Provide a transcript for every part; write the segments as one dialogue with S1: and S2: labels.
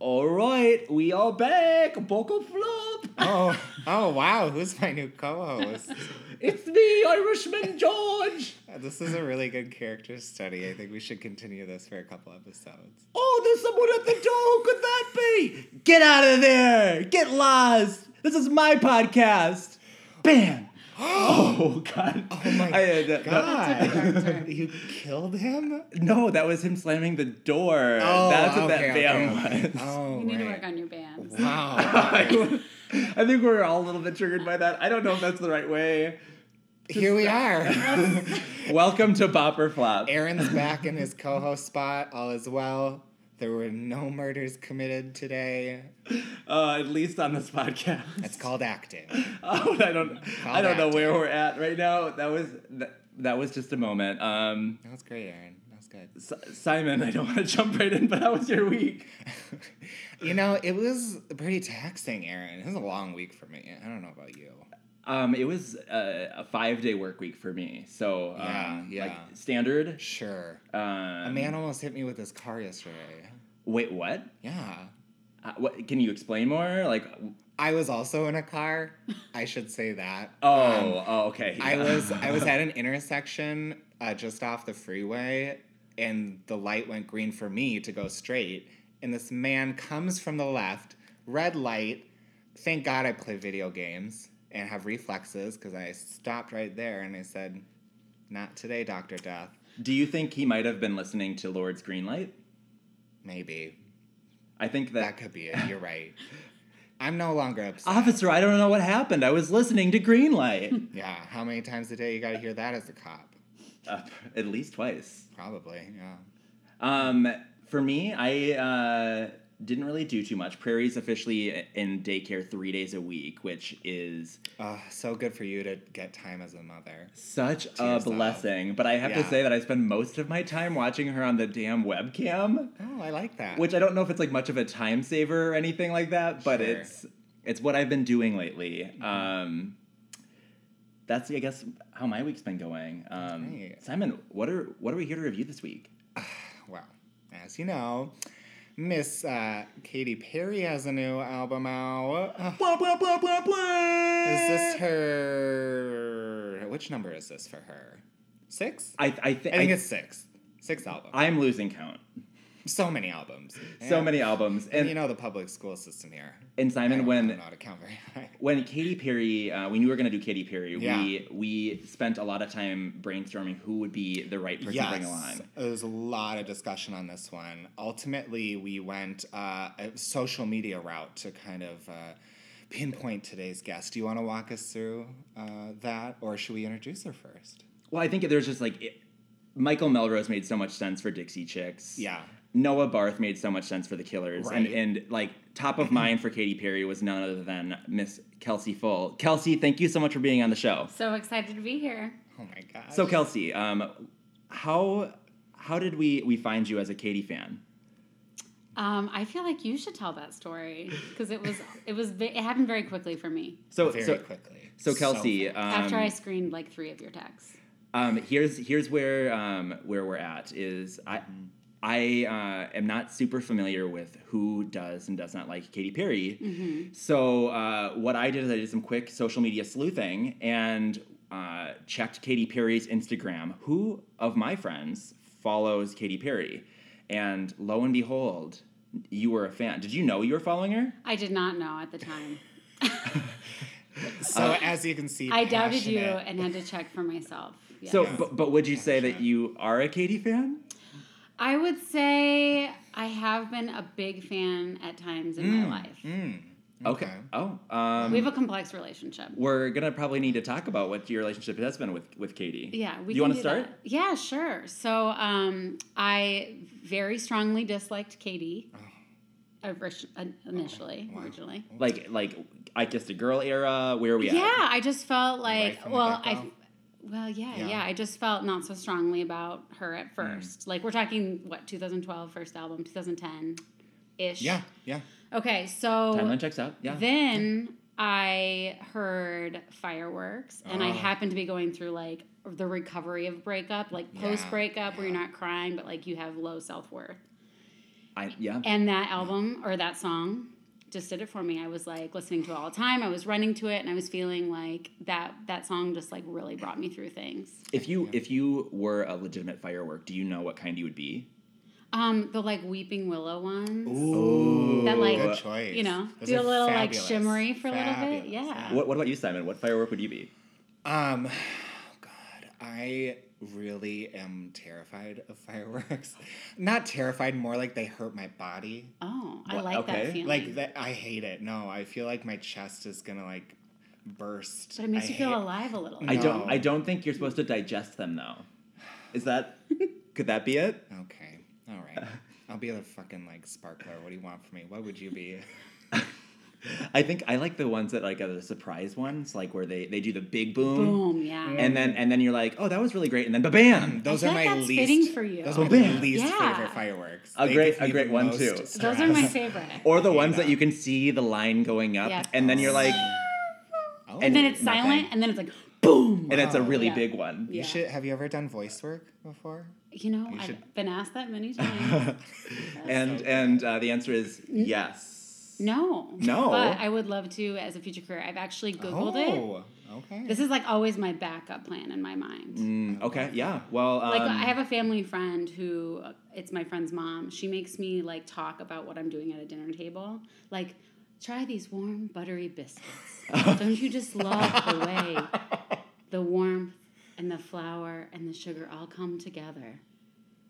S1: All right, we are back. Buckle flop.
S2: Oh, oh wow! Who's my new co-host?
S1: It's me, Irishman George.
S2: This is a really good character study. I think we should continue this for a couple episodes.
S1: Oh, there's someone at the door. Who could that be? Get out of there. Get lost. This is my podcast. Bam. Oh God!
S2: Oh my
S1: I, uh, that-
S2: god!
S1: that-
S2: you killed him.
S1: no, that was him slamming the door. That's what that bam was.
S2: Oh,
S3: You need to
S2: right.
S3: work on your bands.
S2: Wow. Oh.
S1: I think we're all a little bit triggered by that. I don't know if that's the right way.
S2: Here we are.
S1: Welcome to Bopper Flop.
S2: Aaron's back in his co-host spot. All is well. There were no murders committed today.
S1: Uh, at least on this podcast.
S2: It's called acting.
S1: Oh, I don't. I don't know
S2: back.
S1: where we're at right now. That was that, that was just a moment. Um,
S2: That was great, Aaron. That was good.
S1: S- Simon, I don't want to jump right in, but how was your week?
S2: You know, it was pretty taxing, Aaron. It was a long week for me. I don't know about you.
S1: Um, it was uh, a five day work week for me, so um,
S2: Yeah, yeah.
S1: like standard.
S2: Sure.
S1: Um,
S2: A man almost hit me with his car yesterday.
S1: Wait, what?
S2: Yeah.
S1: Uh, what? Can you explain more? Like,
S2: I was also in a car. I should say that. Um,
S1: oh, oh okay.
S2: I
S1: yeah.
S2: was I was at an intersection uh, just off the freeway, and the light went green for me to go straight. And this man comes from the left, red light. Thank God I play video games and have reflexes because I stopped right there and I said, "Not today, Doctor Death."
S1: Do you think he might have been listening to Lord's Greenlight?
S2: Maybe
S1: I think that.
S2: that could be it. You're right. I'm no longer upset.
S1: Officer, I don't know what happened. I was listening to Greenlight.
S2: Yeah, how many times a day you got to hear that as a cop?
S1: uh, at least twice.
S2: Probably. Yeah.
S1: Um, for me, I uh, didn't really do too much. Prairie's officially in daycare three days a week, which is
S2: Uh, so good for you to get time as a mother.
S1: such
S2: Tears
S1: a
S2: out.
S1: blessing. But I have to
S2: Yeah.
S1: say that I spend most of my time watching her on the damn webcam,
S2: Oh, I like that.
S1: which I don't know if it's like much of a time saver or anything like that, but
S2: Sure.
S1: it's it's what I've been doing lately. Um, that's I guess how my week's been going. Um,
S2: Great.
S1: Simon, what are what are we here to review this week?
S2: well, as you know, Miss uh, Katy Perry has a new album out. Uh, is this her? Which number is this for her? Six?
S1: I, I,
S2: I
S1: think
S2: think
S1: I,
S2: it's six. Six albums.
S1: I'm losing count.
S2: so many albums.
S1: So
S2: Yeah.
S1: many albums,
S2: And
S1: and
S2: you know the public school system here.
S1: and
S2: I don't- I
S1: Simon,
S2: don't
S1: when
S2: know how to count very high.
S1: when Katy Perry, uh, we knew we were gonna do Katy Perry.
S2: Yeah.
S1: We we spent a lot of time brainstorming who would be the right person to bring along.
S2: There's a lot of discussion on this one. Ultimately, we went uh, a social media route to kind of uh, pinpoint today's guest. Do you want to walk us through uh, that, or should we introduce her first?
S1: Well, I think there's just like it, Michael Melrose made so much sense for Dixie Chicks.
S2: Yeah.
S1: Noah Barth made so much sense for the Killers,
S2: Right.
S1: and and like top of mind for Katy Perry was none other than Miss Kelsey Full. Kelsey, thank you so much for being on the show.
S3: So excited to be here.
S2: Oh my God.
S1: So Kelsey, um, how how did we we find you as a Katy fan?
S3: Um, I feel like you should tell that story because it was it was ve- it happened very quickly for me
S1: So
S2: very
S1: so,
S2: quickly.
S1: so Kelsey,
S2: fast.
S1: um,
S3: after I screened like three of your texts.
S1: um, here's here's where um, where we're at is I I uh, am not super familiar with who does and does not like Katy Perry. So uh, what I did is I did some quick social media sleuthing and uh, checked Katy Perry's Instagram. Who of my friends follows Katy Perry? And lo and behold, you were a fan. Did you know you were following her?
S3: I did not know at the time.
S2: so
S1: uh,
S2: as you can see,
S3: I doubted you
S2: passionate.
S3: and had to check for myself. Yes.
S1: So, but, but would you say that you are a Katy fan?
S3: I would say I have been a big fan at times in my life.
S2: Mm,
S1: Okay. Oh, um,
S3: We have a complex relationship.
S1: we're gonna probably need to talk about what your relationship has been with with Katie.
S3: Yeah, we
S1: Do you
S3: can
S1: want to
S3: do
S1: start?
S3: that. Yeah, sure. So um, I very strongly disliked Katie orish- in- initially, originally.
S1: Like like I kissed a girl era. Where are we
S3: Yeah.
S1: at?
S3: I just felt like,
S2: from the
S3: well, I,
S2: get-go?
S3: well, yeah,
S2: Yeah.
S3: yeah, I just felt not so strongly about her at first. Like we're talking what 2012 first album, 2010 ish.
S2: Yeah, yeah.
S3: Okay, so
S1: Timeline checks out. Yeah.
S3: Then I heard fireworks, and I
S2: Ah.
S3: happened to be going through like the recovery of breakup, like
S2: Yeah,
S3: post breakup, where
S2: yeah.
S3: you're not crying, but like you have low self worth.
S1: I yeah.
S3: And that album or that song just did it for me. I was like listening to it all the time. I was running to it and I was feeling like that that song just like really brought me through things.
S1: If you if you were a legitimate firework, do you know what kind you would be?
S3: Um, the like weeping willow ones.
S2: Ooh,
S3: That, like,
S2: good choice.
S3: You know,
S2: Those
S3: do
S2: are
S3: a little
S2: fabulous.
S3: like shimmery for a little bit.
S2: Fabulous,
S3: Yeah.
S1: What, what about you, Simon? What firework would you be?
S2: Um, God, I really am terrified of fireworks. Not terrified, more like they hurt my body.
S3: Oh, I
S1: What-
S3: like
S1: okay.
S3: that feeling.
S2: Like that, I hate it. No, I feel like my chest is gonna like burst.
S3: but it makes
S2: I
S3: you feel
S2: hate-
S3: alive a little.
S1: I
S3: bit.
S1: don't
S2: No.
S1: I don't think you're supposed to digest them though. Is that could that be it?
S2: Okay, all right. I'll be the fucking like sparkler. What do you want from me? What would you be?
S1: I think I like the ones that like are the surprise ones, like where they they do the big boom,
S3: Boom, yeah.
S1: and then and then you're like, oh, that was really great, and then ba bam.
S2: Those
S3: I
S2: are
S3: feel
S2: my
S3: like that's
S2: least.
S3: fitting for you.
S2: Those are my
S1: Yeah.
S2: least
S3: Yeah.
S2: favorite fireworks.
S1: A
S2: They
S1: great-
S2: give
S1: a
S2: me
S1: great
S2: the
S1: one,
S2: most
S1: too.
S3: Those are my
S2: stress.
S3: favorite.
S1: Or the
S2: Yeah.
S1: ones that you can see the line going up,
S3: Yes.
S1: and then you're like,
S2: Oh,
S3: and then it's
S2: nothing.
S3: silent, and then it's like boom.
S1: and it's a
S2: Wow.
S1: really
S3: Yeah.
S1: big one.
S2: You
S3: Yeah.
S2: should. Have you ever done voice work before?
S3: You know,
S2: You
S3: I've
S2: should-
S3: been asked that many times.
S1: and
S2: so Mm-hmm.
S1: and uh, the answer is yes.
S3: no.
S1: No.
S3: But I would love to as a future career. I've actually Googled it.
S2: oh, okay.
S3: This is like always my backup plan in my mind.
S1: Mm, okay. Yeah. Well. Um,
S3: Like I have a family friend who it's my friend's mom. She makes me like talk about what I'm doing at a dinner table. Like, try these warm buttery biscuits. Don't you just love the way the warmth and the flour and the sugar all come together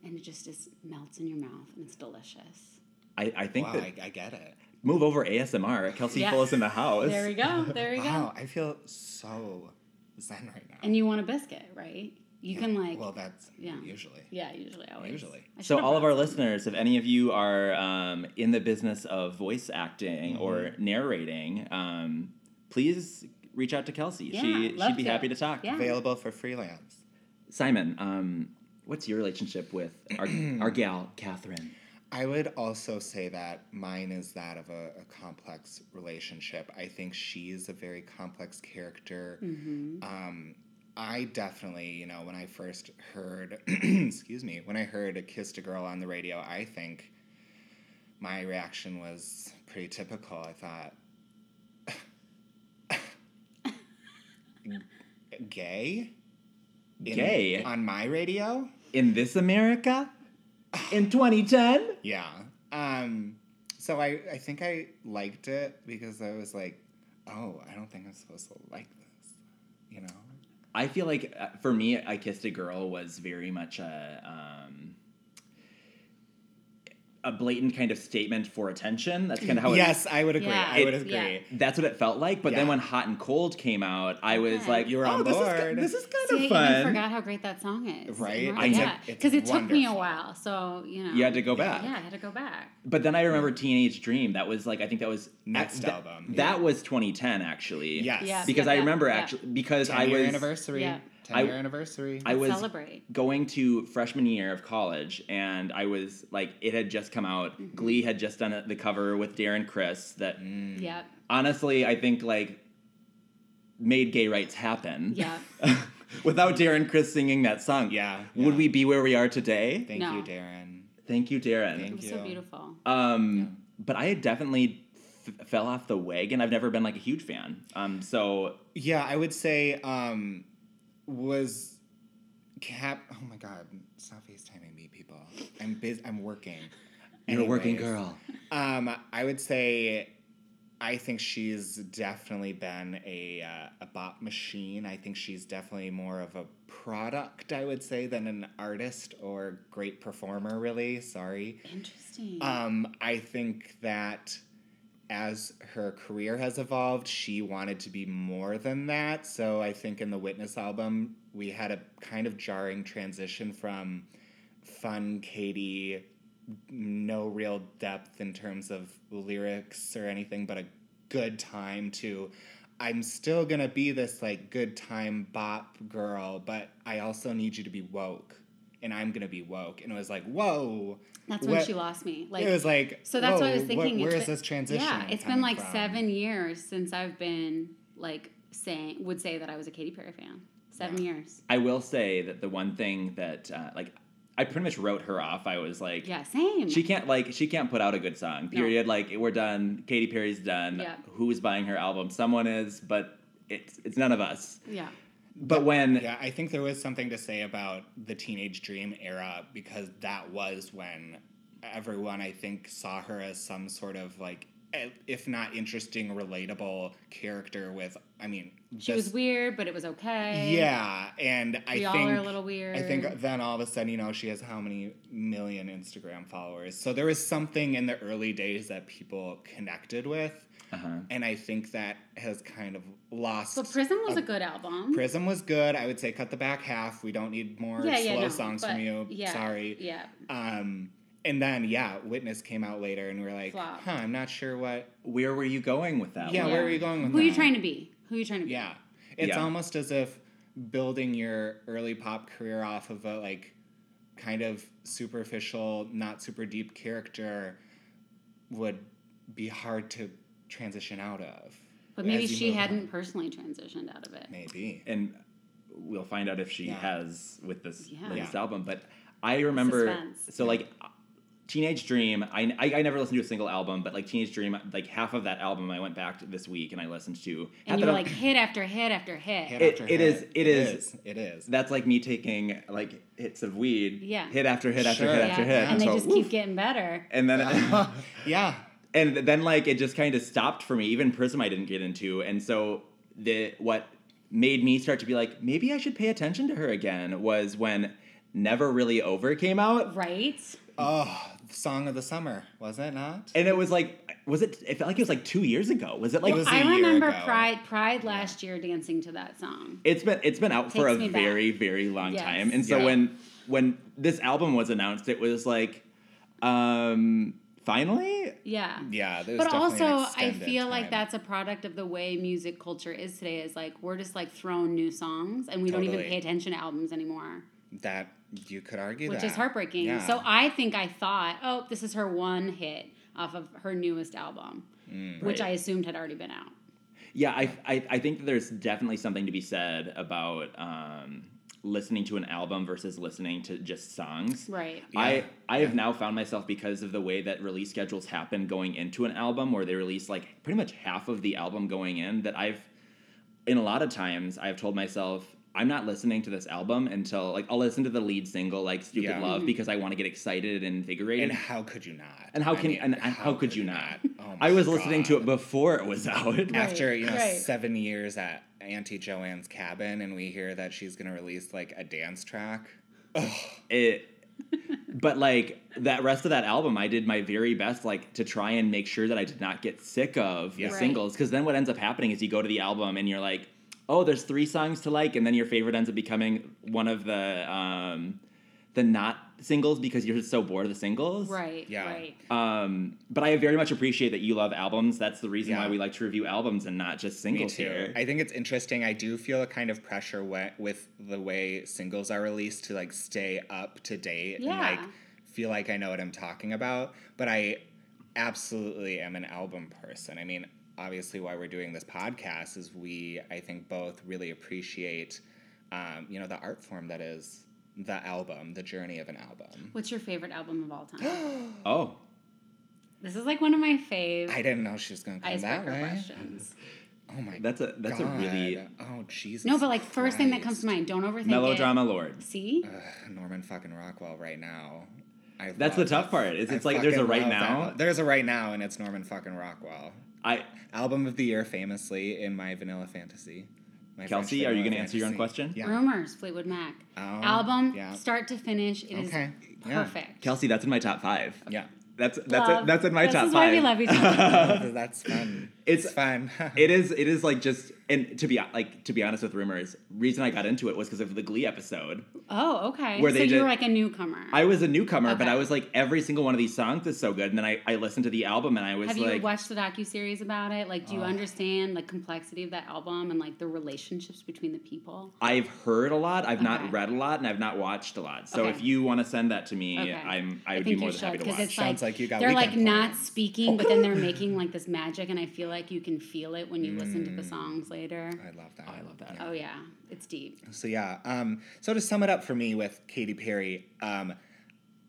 S3: and it just is melts in your mouth and it's delicious.
S1: I, I think
S2: wow,
S1: that
S2: I, I get it.
S1: move over ASMR. Kelsey
S3: Yeah.
S1: Fullis in the house.
S3: There we go. There we go.
S2: Wow, I feel so zen right now.
S3: And you want a biscuit, right? You can like
S2: well, that's
S3: yeah.
S2: usually.
S3: yeah, usually always.
S2: Usually.
S3: I
S1: So,
S3: should've
S1: all of
S3: brought
S1: our listeners, if any of you are um, in the business of voice acting or
S2: Mm-hmm.
S1: narrating, um, please reach out to Kelsey.
S3: Yeah,
S1: she
S3: love
S1: she'd be
S3: to.
S1: happy to talk.
S3: Yeah.
S2: Available for freelance.
S1: Simon, um, what's your relationship with our, our gal Catherine?
S2: I would also say that mine is that of a, a complex relationship. I think she's a very complex character. Um, I definitely, you know, when I first heard, excuse me, when I heard Kissed a Girl on the radio, I think my reaction was pretty typical. I thought, gay? In-
S1: Gay?
S2: On my radio?
S1: In this America, in 2010.
S2: Yeah. Um, so I, I think I liked it because I was like, oh, I don't think I'm supposed to like this, you know?
S1: I feel like uh, for me, I kissed a girl was very much a um, a blatant kind of statement for attention. That's kind of how it
S2: yes, I would agree.
S3: Yeah.
S2: I would
S1: It-
S2: agree.
S3: yeah.
S1: That's what it felt like. But then
S2: Yeah.
S1: when Hot and Cold came out, I was
S3: Okay.
S1: like,
S2: You were
S1: oh,
S2: on
S1: this Is, ki-
S2: board."
S1: this is kind
S3: See,
S1: of
S3: I even
S1: fun.
S3: forgot how great that song is.
S2: Right?
S3: Right?
S2: It's a-
S3: yeah,
S2: it's
S3: because it took me a
S2: wonderful.
S3: while. So you know.
S1: You had to go back.
S3: Yeah, I had to go back.
S1: But then I remember Teenage Dream. That was like, I think that was
S2: Next
S1: that-
S2: album.
S1: That was 2010, actually.
S2: Yes.
S3: Yeah.
S1: Because I
S3: yeah,
S1: remember
S3: yeah.
S1: actually, because
S2: 10
S1: I
S2: year
S1: was.
S2: anniversary.
S3: Yeah.
S2: 10
S1: I-
S2: year anniversary.
S1: I was
S3: Celebrate.
S1: going to freshman year of college, and I was like, it had just come out. Glee had just done the cover with Darren Chris that
S2: Mm.
S3: Yep.
S1: honestly, I think like made gay rights happen.
S3: Yeah.
S1: Without Darren Chris singing that song,
S2: Yeah,
S1: would
S2: yeah.
S1: we be where we are today? Thank,
S2: Thank
S3: No.
S2: you, Darren.
S1: you, Darren.
S3: It
S2: Thank
S3: was
S2: you.
S3: so beautiful.
S1: Um, but I had definitely f- fell off the wagon. I've never been like a huge fan. Um, so
S2: Yeah, I would say um was Cap oh my god, stop FaceTiming me, people. I'm busy I'm working.
S1: you're a working
S2: Anyways.
S1: girl.
S2: Um, I would say, I think she's definitely been a uh, a bot machine. I think she's definitely more of a product, I would say, than an artist or great performer. Really, sorry.
S3: Interesting.
S2: Um, I think that as her career has evolved, she wanted to be more than that. So I think in the Witness album, we had a kind of jarring transition from fun Katie, no real depth in terms of lyrics or anything, but a good time to. I'm still gonna be this like good time bop girl, but I also need you to be woke, and I'm gonna be woke. And it was like, whoa,
S3: that's when
S2: what-
S3: she lost me. Like.
S2: it was like
S3: so that's what I was
S2: whoa,
S3: thinking.
S2: where
S3: It's
S2: is
S3: been-
S2: this transition?
S3: Yeah, it's been
S2: coming
S3: like
S2: from?
S3: seven years since I've been like saying would say that I was a Katy Perry fan. Seven years.
S1: I will say that the one thing that uh, like I pretty much wrote her off. I was like,
S3: Yeah, same.
S1: she can't like she can't put out a good song. Period. Like we're done. Katy Perry's done.
S3: Yeah.
S1: Who's buying her album? Someone is, but it's it's none of us.
S3: yeah.
S1: But when
S2: Yeah, I think there was something to say about the teenage dream era because that was when everyone, I think, saw her as some sort of like, eh, if not interesting, relatable character with, I mean,
S3: She was weird, but it was okay.
S2: Yeah, and I
S3: We all
S2: think
S3: are a little weird.
S2: I think then all of a sudden, you know, she has how many million Instagram followers. So there was something in the early days that people connected with,
S1: uh-huh.
S2: and I think that has kind of lost.
S3: So Prism was a good album.
S2: Prism was good. I would say cut the back half. We don't need more
S3: yeah,
S2: slow
S3: yeah, no,
S2: songs
S3: but
S2: from you.
S3: Yeah,
S2: Sorry.
S3: Yeah.
S2: Um, and then yeah, Witness came out later, and we are like,
S3: Flop.
S2: huh, I'm not sure what.
S1: where were you going with that?
S2: Yeah,
S1: one?
S2: where are you going with
S3: Who are you
S2: that?
S3: trying to be? Who are you trying to be?
S2: Yeah. It's
S1: Yeah.
S2: almost as if building your early pop career off of a like kind of superficial, not super deep character would be hard to transition out of.
S3: But maybe
S2: as you
S3: she
S2: move on.
S3: hadn't personally transitioned out of it.
S2: Maybe.
S1: and we'll find out if she
S2: Yeah.
S1: has with this
S3: Yeah.
S1: latest
S2: Yeah.
S1: album. But I remember,
S3: Suspense.
S1: so like Teenage Dream, I, I I never listened to a single album, but like Teenage Dream, like half of that album I went back to this week and I listened to. half
S3: And you
S1: that
S3: were
S1: al-
S3: like hit after hit after hit.
S2: Hit
S1: It-
S2: after
S1: it
S2: hit.
S1: is- it is-
S2: It is.
S1: that's like me taking like hits of weed,
S3: Yeah.
S1: hit after hit after
S2: Sure.
S1: hit
S3: Yeah.
S1: after hit,
S3: And they
S1: until-
S3: just keep getting better.
S1: and then
S2: yeah.
S1: and then like it just kind of stopped for me. Even Prism I didn't get into, and so the what made me start to be like maybe I should pay attention to her again was when Never Really Over came out.
S3: Right?
S2: Oh, song of the summer, was it not?
S1: And it was like, was it? It felt like it was like two years ago. Was it like?
S2: It was-
S3: I
S2: a year
S3: remember
S2: ago.
S3: Pride Pride last year dancing to that song.
S1: it's been it's been out for
S3: Takes
S1: a
S3: me back.
S1: very very long
S3: Yes.
S1: time. And so
S2: Yeah.
S1: when when this album was announced, it was like, um, finally,
S3: Yeah.
S2: Yeah, there's
S3: But
S2: definitely an
S3: also, I
S2: extended
S3: feel like
S2: time.
S3: that's a product of the way music culture is today. Is like we're just like thrown new songs, and we don't even
S2: Totally.
S3: pay attention to albums anymore,
S2: that you could argue
S3: which
S2: that.
S3: is heartbreaking.
S2: Yeah.
S3: So I think I thought, oh, this is her one hit off of her newest album,
S2: Mm,
S3: which
S1: Right.
S3: I assumed had already been out.
S1: yeah, I, I I think that there's definitely something to be said about um listening to an album versus listening to just songs.
S3: Right.
S1: I, I have now found myself because of the way that release schedules happen going into an album where they release like pretty much half of the album going in that I've in a lot of times I've told myself I'm not listening to this album until like I'll listen to the lead single like Stupid
S2: Yeah.
S3: Mm-hmm.
S1: Love because I want to get excited and invigorated.
S2: and
S1: And,
S2: how could you not?
S1: how
S2: I
S1: can
S2: mean,
S1: and, and how, could you not?
S2: Oh my
S1: I was listening to
S2: God.
S1: it before it was out.
S3: Right,
S2: after you know
S3: right.
S2: seven years at Auntie Joanne's cabin, and we hear that she's gonna release like a dance track.
S1: it but like that rest of that album i did my very best like to try and make sure that i did not get sick of
S2: Yeah.
S1: the
S3: Right.
S1: singles because then what ends up happening is you go to the album and you're like oh there's three songs to like and then your favorite ends up becoming one of the um the not singles because you're just so bored of the singles
S3: Right.
S2: Yeah. Uh,
S3: Right.
S1: um but i very much appreciate that you love albums that's the reason
S2: Yeah.
S1: why we like to review albums and not just
S2: Me
S1: singles
S2: too.
S1: here
S2: I think it's interesting. I do feel a kind of pressure we- with the way singles are released to like stay up to date and
S3: Yeah.
S2: like feel like I know what I'm talking about. But I absolutely am an album person. I mean, obviously, why we're doing this podcast is we, I think, both really appreciate, um, you know, the art form that is the album, the journey of an album.
S3: What's your favorite album of all time?
S1: oh
S3: this is like one of my fave
S2: I didn't know she was going to come that
S3: icebreaker
S2: way.
S3: questions.
S2: Oh my
S1: that's a that's a really
S2: God. oh Jesus.
S3: No, but like first thing that comes
S2: Christ.
S3: to mind. Don't overthink
S1: melodrama lord
S3: it. See.
S2: Ugh, Norman fucking Rockwell right now. I
S1: that's the
S2: love-
S1: tough part is
S2: I
S1: it's like there's a
S2: fucking
S1: right
S2: love
S1: now
S2: that. There's a right now, and it's Norman fucking Rockwell.
S1: i
S2: Album of the year, famously in my Vanilla Fantasy. My French
S1: Kelsey, are you
S2: Vanilla
S1: gonna answer your own
S2: Fantasy.
S1: question?
S2: Yeah.
S3: Rumors, Fleetwood Mac.
S2: Oh,
S3: Album,
S2: yeah.
S3: start to finish, it is
S2: Okay, yeah.
S3: perfect.
S1: Kelsey, that's in my top five.
S2: Yeah.
S1: That's that's
S3: Love.
S1: that's in my
S3: This
S1: top
S3: is why
S1: five.
S3: we love each other.
S2: That's fun.
S1: It's-
S2: it's fun.
S1: it is it is like just and to be like to be honest with rumors, reason I got into it was because of the Glee episode.
S3: Oh, okay.
S1: Where
S3: so
S1: they
S3: you
S1: did-
S3: were like a newcomer.
S1: I was a newcomer, but
S3: Okay.
S1: I was like every single one of these songs is so good. And then I, I listened to the album and I was
S3: Have you
S1: like,
S3: watched the docu series about it? Like, do
S2: Oh.
S3: you understand the complexity of that album and like the relationships between the people?
S1: I've heard a lot, I've
S3: Okay.
S1: not read a lot, and I've not watched a lot. So
S3: Okay.
S1: if you want to send that to me,
S3: Okay.
S1: I'm
S3: I
S1: I would be
S3: think
S1: more
S3: you
S1: than
S3: should,
S1: happy to
S3: 'cause
S1: watch.
S3: it's
S2: Sounds like you got
S3: They're like
S2: weekend
S3: not
S2: plans.
S3: speaking, but then they're making like this magic, and I feel like you can feel it when you listen to the songs later.
S2: Mm. I love that.
S1: I love that.
S3: Oh yeah, it's deep.
S2: So yeah. Um, so to sum it up for me with Katy Perry, um,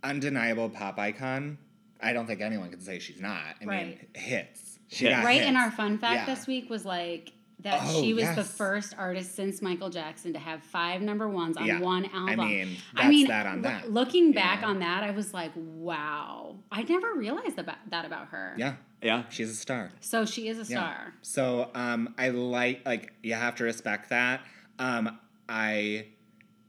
S2: undeniable pop icon. I don't think anyone can say she's not. I mean,
S3: Right.
S2: hits. She
S1: Hits.
S2: got
S3: Right, and
S2: hits.
S3: our fun fact
S2: Uh, Yeah.
S3: this week was like that
S2: Oh,
S3: she was the
S2: yes.
S3: first artist since Michael Jackson to have five number ones on
S2: Yeah.
S3: one
S2: I
S3: album.
S2: mean, that's
S3: I mean,
S2: that on
S3: lo-
S2: that.
S3: Looking back
S2: know?
S3: on that, I was like, wow, I never realized about that about her.
S2: yeah,
S1: Yeah.
S2: she's a star.
S3: So she is a
S2: Yeah.
S3: star.
S2: So um, I like like you have to respect that. Um, I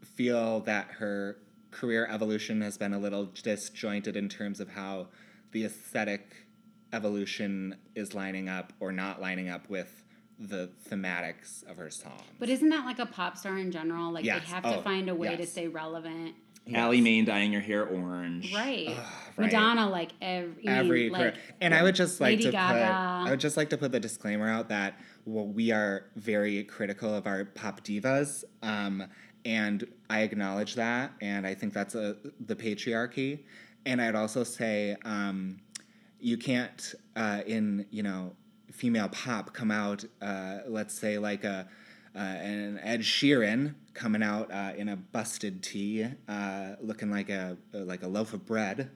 S2: feel that her career evolution has been a little disjointed in terms of how the aesthetic evolution is lining up or not lining up with the thematics of her song.
S3: But isn't that like a pop star in general? Like
S2: Yes.
S3: they have
S2: Oh,
S3: to find a way to
S2: yes.
S3: stay relevant.
S1: Allie Mae dyeing her hair orange.
S3: Right.
S2: right.
S3: Madonna, like every, I mean,
S2: every
S3: like,
S2: career. and I would just like
S3: Lady
S2: to put
S3: Gaga.
S2: I would just like to put the disclaimer out that well, we are very critical of our pop divas, um, and I acknowledge that, and I think that's a, the patriarchy, and I'd also say um, you can't uh, in you know female pop come out uh, let's say like a uh, an Ed Sheeran coming out uh, in a busted tee, uh, looking like a like a loaf of bread,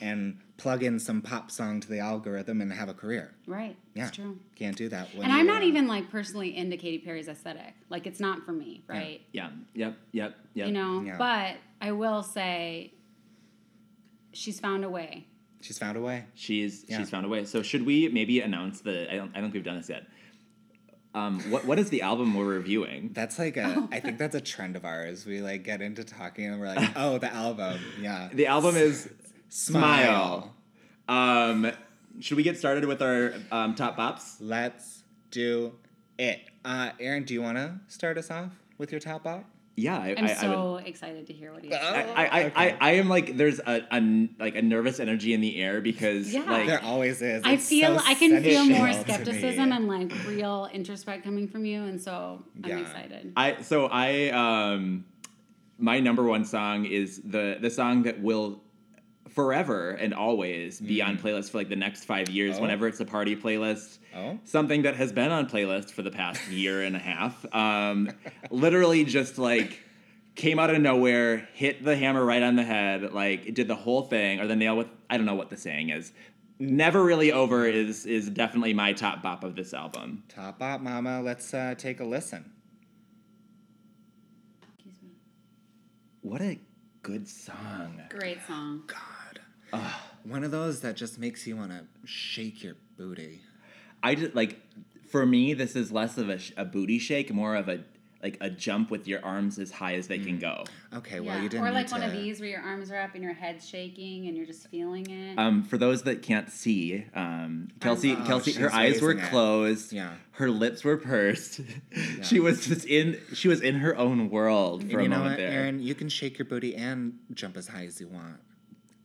S2: and plug in some pop song to the algorithm and have a career.
S3: right.
S2: Yeah,
S3: It's true.
S2: can't do that. When
S3: And I'm
S2: you,
S3: not
S2: uh,
S3: even like personally into Katy Perry's aesthetic. Like it's not for me, right?
S1: Yeah. Yep. Yep. Yep.
S3: You know,
S2: Yeah.
S3: but I will say she's found a way.
S2: uh, She's found a way.
S1: She's
S2: Yeah.
S1: she's found a way. So should we maybe announce the? I don't, I don't think we've done this yet. Um, what what is the album we're reviewing?
S2: That's like a. I
S3: Oh.
S2: think that's a trend of ours. We like get into talking and we're like, oh, the album. Yeah.
S1: The album is
S2: Smile.
S1: Smile. Um, should we get started with our um, top bops?
S2: Let's do it. Uh, Aaron, do you want to start us off with your top out?
S1: Yeah, I,
S3: I'm
S1: I, I would-
S3: so excited to hear what he
S2: Uh,
S1: I,
S3: says.
S1: I, I, I, I am like there's a, a n- like a nervous energy in the air because
S3: Yeah.
S1: like
S2: There always is.
S3: I
S2: It's
S3: feel
S2: so
S3: I can feel more
S2: sensational to
S3: skepticism
S2: me.
S3: and like real introspect coming from you, and so
S2: Yeah.
S3: I'm excited.
S1: I so I um my number one song is the the song that will forever and always be on playlists for like the next five years
S2: Oh.
S1: whenever it's a party playlist.
S2: Oh.
S1: Something that has been on playlist for the past year and a half. Um, literally just like came out of nowhere, hit the hammer right on the head, like did the whole thing, or the nail with I don't know what the saying is. Never really over is is definitely my top bop of this album.
S2: Top out, Mama. Let's uh, take a listen.
S3: Excuse me.
S1: What a good song.
S3: Great song.
S2: God. One of those that just makes you want to shake your booty.
S1: I just like for me, this is less of a, sh- a booty shake, more of a like a jump with your arms as high as they can go.
S2: Okay, well, you didn't
S3: or like
S2: need
S3: one of
S2: to-
S3: these where your arms are up and your head's shaking and you're just feeling it.
S1: Um, for those that can't see, um, Kelsey,
S3: Oh,
S1: Kelsey, her
S2: she's
S1: eyes were
S2: raising it.
S1: closed.
S2: Yeah.
S1: her lips were pursed. she was just in. She was in her own world for
S2: And
S1: a
S2: you know
S1: moment
S2: what,
S1: there.
S2: Aaron? You can shake your booty and jump as high as you want.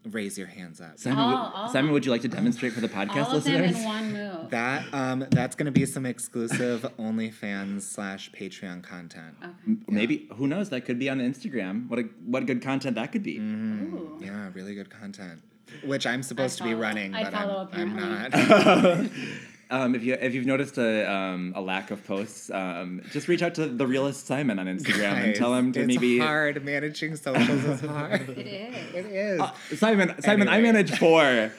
S2: Raise your hands up.
S1: Simon, would,
S3: All- all-
S1: Simon, would you like to demonstrate for the podcast
S3: All of them
S1: listeners?
S3: in one move.
S2: That um, that's gonna be some exclusive OnlyFans slash Patreon content.
S3: okay.
S1: Maybe who knows? That could be on Instagram. What a what good content that could be.
S2: Mm-hmm.
S3: Ooh.
S2: Mm, Yeah, really good content. Which I'm supposed to be
S3: follow-
S2: running,
S3: I
S2: but
S3: follow,
S2: I'm, I'm
S3: apparently.
S2: not.
S1: Um, if you if you've noticed a um, a lack of posts, um, just reach out to the realist Simon on Instagram and tell him to
S2: it's
S1: maybe
S2: hard managing socials is hard.
S3: It is.
S2: it is.
S1: Uh, Simon Simon I
S2: Anyway.
S1: manage four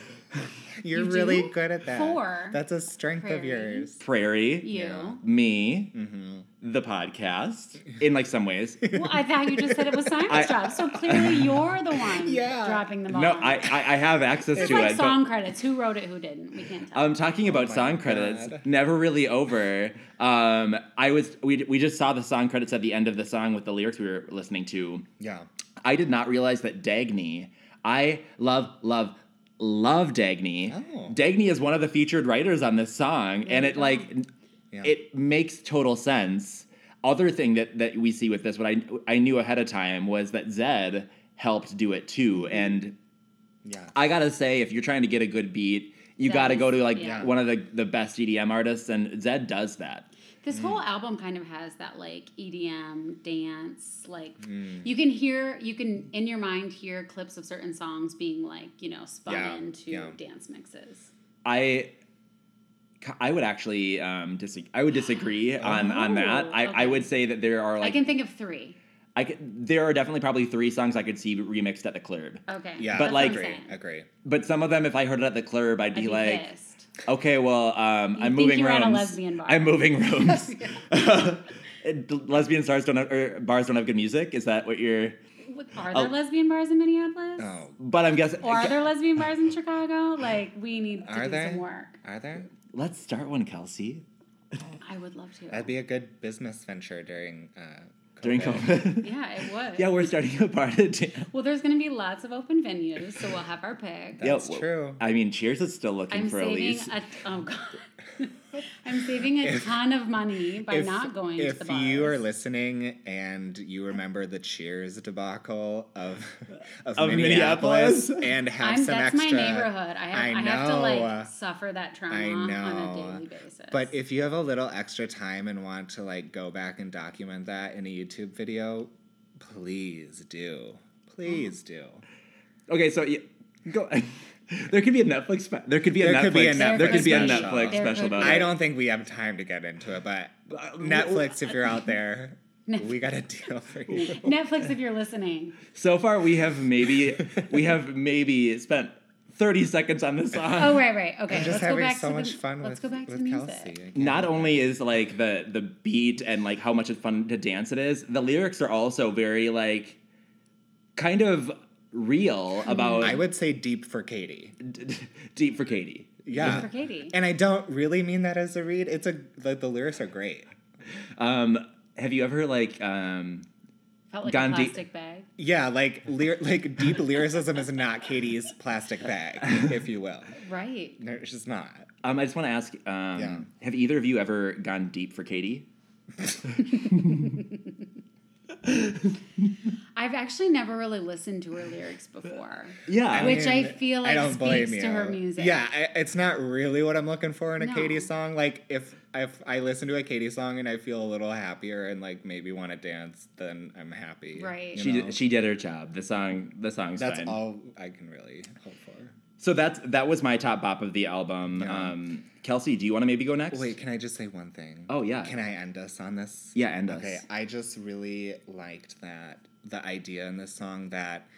S2: You're
S3: You
S2: really
S3: do?
S2: good at that.
S3: Four.
S2: That's a strength of
S3: Prairie.
S2: yours.
S1: Prairie,
S3: You.
S2: Yeah.
S1: me,
S2: Mm-hmm.
S1: the podcast in like some ways.
S3: Well, I thought you just said it was Simon's
S1: I-
S3: job, so clearly you're the one
S2: Yeah.
S3: dropping the ball.
S1: no, I, I I have access
S3: It's
S1: to
S3: like
S1: it. but-
S3: song credits. Who wrote it? Who didn't? We can't tell.
S1: Um, talking about
S2: Oh my
S1: song credits,
S2: God.
S1: never really over. Um, I was we, we just saw the song credits at the end of the song with the lyrics we were listening to.
S2: Yeah.
S1: I did not realize that Dagny, I love, love, love Dagny.
S2: Oh.
S1: Dagny is one of the featured writers on this song, and it like
S2: Yeah.
S1: it makes total sense. Other thing that that we see with this, what I I knew ahead of time was that Zed helped do it too, and
S2: Yeah.
S1: I gotta say, if you're trying to get a good beat, you
S3: Zed
S1: gotta
S3: is-
S1: go to like
S3: yeah.
S1: one of the the best EDM artists, and Zed does that.
S3: this
S2: Mm.
S3: whole album kind of has that like EDM dance. Like
S2: Mm.
S3: you can hear, you can in your mind hear clips of certain songs being like you know spun
S2: Yeah,
S3: into
S2: yeah.
S3: dance mixes.
S1: I I would actually um disagree. I would disagree on on that.
S3: Oh,
S1: I, I
S3: okay.
S1: would say that there are like
S3: I can think of three.
S1: I could, there are definitely probably three songs I could see remixed at the club.
S3: Okay.
S2: Yeah,
S3: that's what
S1: But, like-
S3: I'm
S2: agree,
S3: saying.
S2: agree.
S1: But some of them, if I heard it at the club, I'd be
S3: I'd be
S1: like,
S3: pissed.
S1: okay, well, um,
S3: You'd
S1: I'm
S3: think
S1: moving
S3: you were
S1: rooms.
S3: at a lesbian bar.
S1: I'm moving rooms. It- lesbian stars don't have, or bars don't have good music. Is that what you're?
S3: What- Are there
S1: Oh.
S3: lesbian bars in Minneapolis?
S2: Oh,
S1: But I'm guessing.
S3: Or are there lesbian bars in Chicago? Like, we need to
S2: Are
S3: do
S2: there?
S3: some work.
S2: are there?
S1: Let's start one, Kelsey.
S3: I would love to.
S2: That'd be a good business venture during uh,
S1: During COVID.
S3: yeah, it would.
S1: yeah, we're starting a bar to do-
S3: Well, there's going to be lots of open venues, so we'll have our pick.
S1: Yeah,
S2: That's
S1: well,
S2: true.
S1: I mean, Cheers is still looking
S3: I'm
S1: for
S3: saving
S1: a lease.
S3: a oh god. I'm saving a ton of money by not going
S2: if
S3: to the bars.
S2: you are listening and you remember the Cheers debacle of of,
S1: Of
S2: Minneapolis,
S1: Minneapolis.
S2: and have
S3: I'm,
S2: some
S3: that's
S2: extra,
S3: my neighborhood. I have,
S2: I
S3: I, have to
S2: know.
S3: like suffer that trauma
S2: I
S3: on a
S2: know.
S3: daily basis.
S2: But if you have a little extra time and want to like go back and document that in a YouTube video, please do. Please do.
S1: Okay, so yeah, go. there could be a Netflix. Spe- there could be a
S2: There
S1: Netflix.
S2: could be a
S1: there
S2: Netflix
S1: could be a
S2: special.
S1: Netflix
S3: There
S1: special
S3: could
S1: about
S3: be.
S1: it.
S2: I don't think we have time to get into it, but Netflix, if you're out there, we got a deal for you.
S3: Netflix, if you're listening,
S1: So far, we have maybe we have maybe spent thirty seconds on this song.
S3: oh right, right, okay.
S2: I'm
S3: let's
S2: just
S3: go
S2: having
S3: back
S2: so
S3: to
S2: much
S3: the,
S2: fun
S3: Let's
S2: with,
S3: go back to
S2: with
S3: the
S2: Kelsey.
S3: music.
S2: again.
S1: Not only is like the the beat and like how much it's fun to dance it is, the lyrics are also very like kind of real about
S2: I would say deep for Katie.
S1: deep for Katie.
S2: Yeah.
S3: For Katie.
S2: And I don't really mean that as a read. It's a the, the lyrics are great.
S1: Um, have you ever like um,
S3: Felt like
S1: Gandhi-
S3: a plastic bag.
S2: Yeah, like lyr- like deep lyricism is not Katie's plastic bag, if you will.
S3: Right.
S2: No, it's just not.
S1: um I just want to ask um,
S2: Yeah.
S1: have either of you ever gone deep for Katie?
S3: I've actually never really listened to her lyrics before.
S1: Yeah,
S3: Which I feel like speaks to her music.
S2: Yeah, I, it's not really what I'm looking for in a
S3: No.
S2: Katie song. Like if if I listen to a Katie song and I feel a little happier and like maybe want to dance, then I'm happy.
S3: Right.
S2: you
S1: she
S2: know?
S1: did, she did her job. The song the song's
S2: That's
S1: fine.
S2: all I can really hope for.
S1: So that's that was my top bop of the album.
S2: Yeah.
S1: Um, Kelsey, do you want to maybe go next?
S2: Wait, can I just say one thing?
S1: Oh yeah.
S2: Can I end us on this?
S1: Yeah, end us.
S2: Okay, I just really liked that the idea in this song that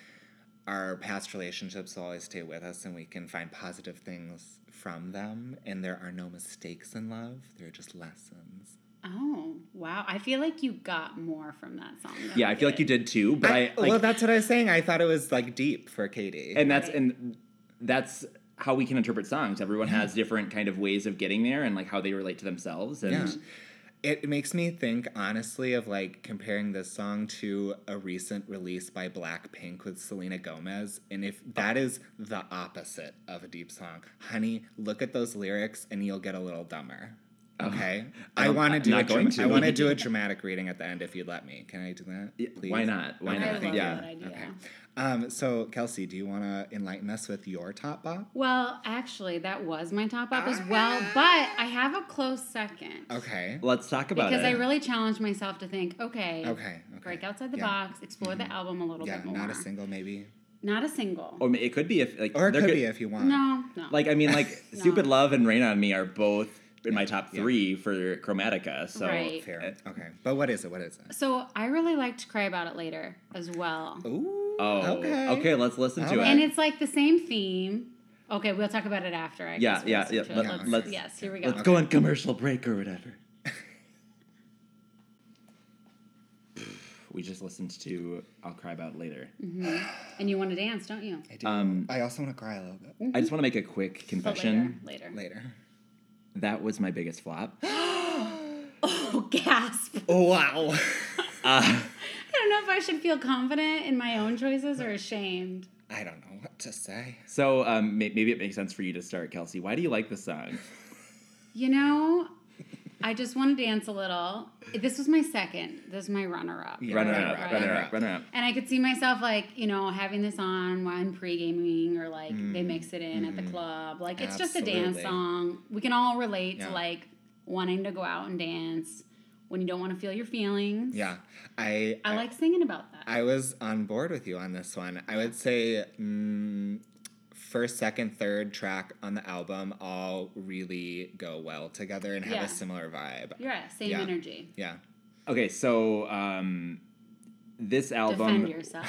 S2: our past relationships will always stay with us and we can find positive things from them and there are no mistakes in love, there are just lessons.
S3: Oh, wow. I feel like you got more from that song. than
S1: Yeah, I feel like you did too, but I,
S2: I-
S1: like,
S2: well, that's what I was saying. I thought it was like deep for Katie.
S1: and that's and that's how we can interpret songs. Everyone has different kind of ways of getting there and like how they relate to themselves. And
S2: Yeah. it makes me think honestly of like comparing this song to a recent release by Blackpink with Selena Gomez and if
S1: Oh.
S2: that is the opposite of a deep song honey look at those lyrics and you'll get a little dumber okay I
S1: Oh. I'm-
S2: want to
S1: I'm
S2: do a
S1: not going
S2: dra-
S1: to.
S2: I want to do a dramatic reading at the end if you'd let me can I do that please
S1: why not? Why
S3: I
S1: not?
S3: love
S1: yeah.
S3: that idea.
S2: okay um so Kelsey do you want to enlighten us with your top bop
S3: Well, actually, that was my top up as well, but I have a close second.
S2: okay
S1: Let's talk about
S3: Because
S1: it.
S3: I really challenged myself to think, okay,
S2: okay, okay.
S3: break outside the
S2: Yeah.
S3: box, explore
S1: Mm-hmm.
S3: the album a little
S2: yeah
S3: bit more.
S2: not a single maybe
S3: Not a single.
S1: or ma- it could be if like
S2: or it
S1: there
S2: could be if you want
S3: No, no.
S1: Oh, like I mean like
S3: No.
S1: Stupid Love and Rain on Me are both in my top
S2: yeah.
S1: three for Chromatica. So
S3: Right.
S2: Fair. Eh, Okay. But what is it? What is it?
S3: so I really liked Cry About It Later as well.
S2: Ooh.
S1: oh okay. let's listen to
S2: All
S1: it.
S2: right.
S3: And it's like the same theme. Okay, we'll talk about it after. I
S1: Yeah,
S3: guess we'll
S1: yeah,
S3: listen
S1: yeah.
S3: to it.
S1: Let-
S3: Let's-
S1: let's-
S3: yes, here we go.
S1: Let's go on commercial break or whatever. we just listened to I'll Cry About Later.
S3: Mm-hmm. And you want to dance, don't you?
S2: I do.
S1: Um,
S2: I also want to cry a little bit
S1: I just want to make a quick
S3: But
S1: confession.
S3: later. Later.
S2: later.
S1: That was my biggest flop.
S3: Oh, gasp.
S2: Wow.
S1: Uh,
S3: I don't know if I should feel confident in my own choices or ashamed.
S2: I don't know what to say.
S1: so um, may- maybe it makes sense for you to start, Kelsey. Why do you like this song?
S3: You know, I just want to dance a little. This was my second. This is my runner up.
S2: Yeah.
S1: Runner
S2: Runner
S1: up,
S3: up,
S1: runner
S3: runner
S1: up, runner up.
S3: And I could see myself like, you know, having this on while I'm pre gaming or like they mix it in at the club. Like it's just a
S2: Absolutely.
S3: dance song. We can all relate
S2: Yeah.
S3: to like wanting to go out and dance when you don't want to feel your feelings.
S2: Yeah. I
S3: I like singing about that.
S2: I was on board with you on this one. I would say mm, first, second, third track on the album all really go well together and have
S3: Yeah.
S2: a similar vibe.
S3: yeah, same
S2: Yeah.
S3: energy.
S2: Yeah.
S1: Okay, so um, this album
S3: Defend yourself.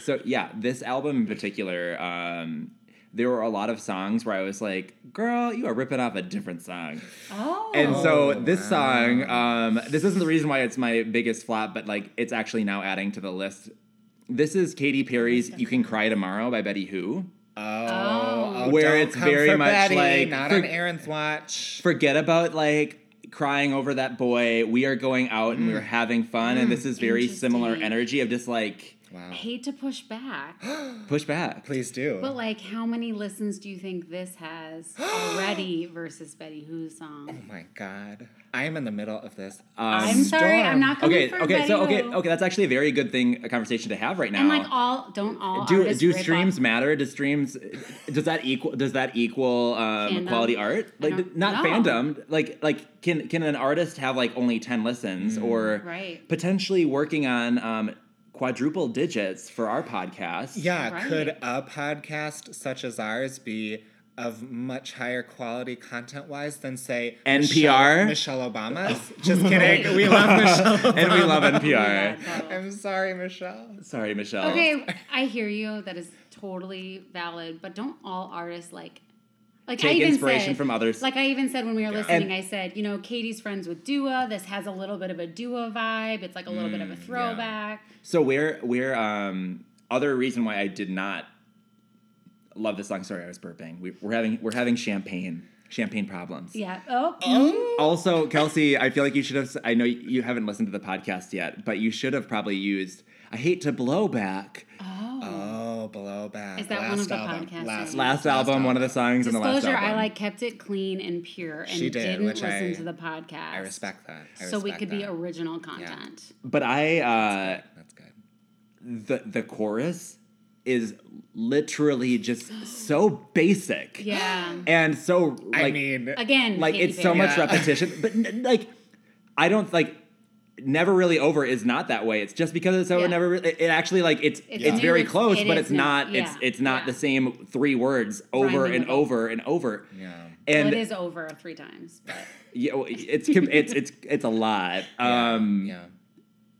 S1: so yeah, this album in particular, um, there were a lot of songs where I was like, "Girl, you are ripping off a different song."
S3: Oh.
S1: And so this song, um, this isn't the reason why it's my biggest flop, but like it's actually now adding to the list. This is Katy Perry's "You Can Cry Tomorrow" by Betty Who.
S2: Oh, oh,
S1: Where
S2: don't
S1: it's
S2: come
S1: very
S2: for
S1: much
S2: Betty,
S1: like-
S2: not
S1: for-
S2: on Aaron's watch.
S1: Forget about like crying over that boy. We are going out and we're having fun, and this is very similar
S3: Mm. Interesting.
S1: energy of just like
S2: wow.
S3: I hate to push back,
S1: push back.
S2: Please do.
S3: but like, how many listens do you think this has already versus Betty Who's song?
S2: oh my god, I am in the middle of this. Um,
S3: I'm sorry, I'm not coming
S1: Okay,
S3: for
S1: okay,
S3: Betty
S1: so okay,
S3: Who.
S1: okay, that's actually a very good thing, a conversation to have right now.
S3: And like all, don't all
S1: Uh, do
S3: artists
S1: do
S3: rip off-
S1: streams matter? Does streams does that equal does that equal um,
S3: Fandom?
S1: quality art?
S3: I
S1: Like
S3: don't
S1: not
S3: know.
S1: fandom. Like like can can an artist have like only ten listens or
S3: Right.
S1: potentially working on um, quadruple digits for our podcast?
S2: Yeah,
S3: Right.
S2: could a podcast such as ours be of much higher quality content wise than say Michelle,
S1: NPR?
S2: Michelle Obama's? Just kidding. We love Michelle.
S1: and we love
S3: Oh my God,
S1: NPR.
S3: that was-
S2: I'm sorry, Michelle.
S3: Hmm.
S1: Sorry, Michelle.
S3: Okay, I hear you. That is totally valid. But don't all artists like like I
S1: Take
S3: even
S1: inspiration
S3: said,
S1: from others.
S3: Like I even said when we were listening,
S1: And-
S3: I said, you know, Katie's friends with Dua. This has a little bit of a Dua vibe. It's like a little bit
S1: Mm,
S3: of a throwback.
S1: So where where um other reason why I did not love this song. Sorry, I was burping. We, we're having we're having champagne champagne problems.
S3: Yeah. Oh.
S1: Also, Kelsey, I feel like you should have. I know you haven't listened to the podcast yet, but you should have probably used. I hate to blow back.
S3: Oh.
S2: Oh, blowback.
S3: Is that one
S2: last
S3: of the
S2: album.
S3: podcasts
S2: Last,
S3: that-
S1: Last album, one of the songs in the last
S3: Disclosure.
S1: album.
S3: I like kept it clean and pure, and
S2: She did,
S3: didn't
S2: which
S3: listen
S2: I-
S3: to the podcast.
S2: I respect that. I
S3: so we
S2: respect
S3: could be
S2: that.
S3: original content.
S1: But I uh,
S2: That's good.
S1: the the chorus is literally just so basic.
S3: Yeah.
S1: And so like
S2: I mean,
S3: Again,
S1: like
S3: Katy
S1: it's so
S3: Perry.
S1: much
S2: Yeah.
S1: repetition but n- like i don't like never really over is not that way it's just because it's over
S3: Yeah.
S1: never re- it it actually like it's
S3: It's
S1: it's,
S3: new,
S1: very
S3: it's-
S1: close
S3: it
S1: but
S3: is
S1: it's
S3: new,
S1: not it's
S3: yeah,
S1: it's not
S3: yeah.
S1: the same three words over
S3: Rhyming
S1: and
S3: with it.
S1: over and over
S2: yeah.
S3: Well,
S1: and
S3: it is over three times. But
S1: you know, it's com- it's it's it's a lot
S2: Yeah,
S1: um
S2: yeah.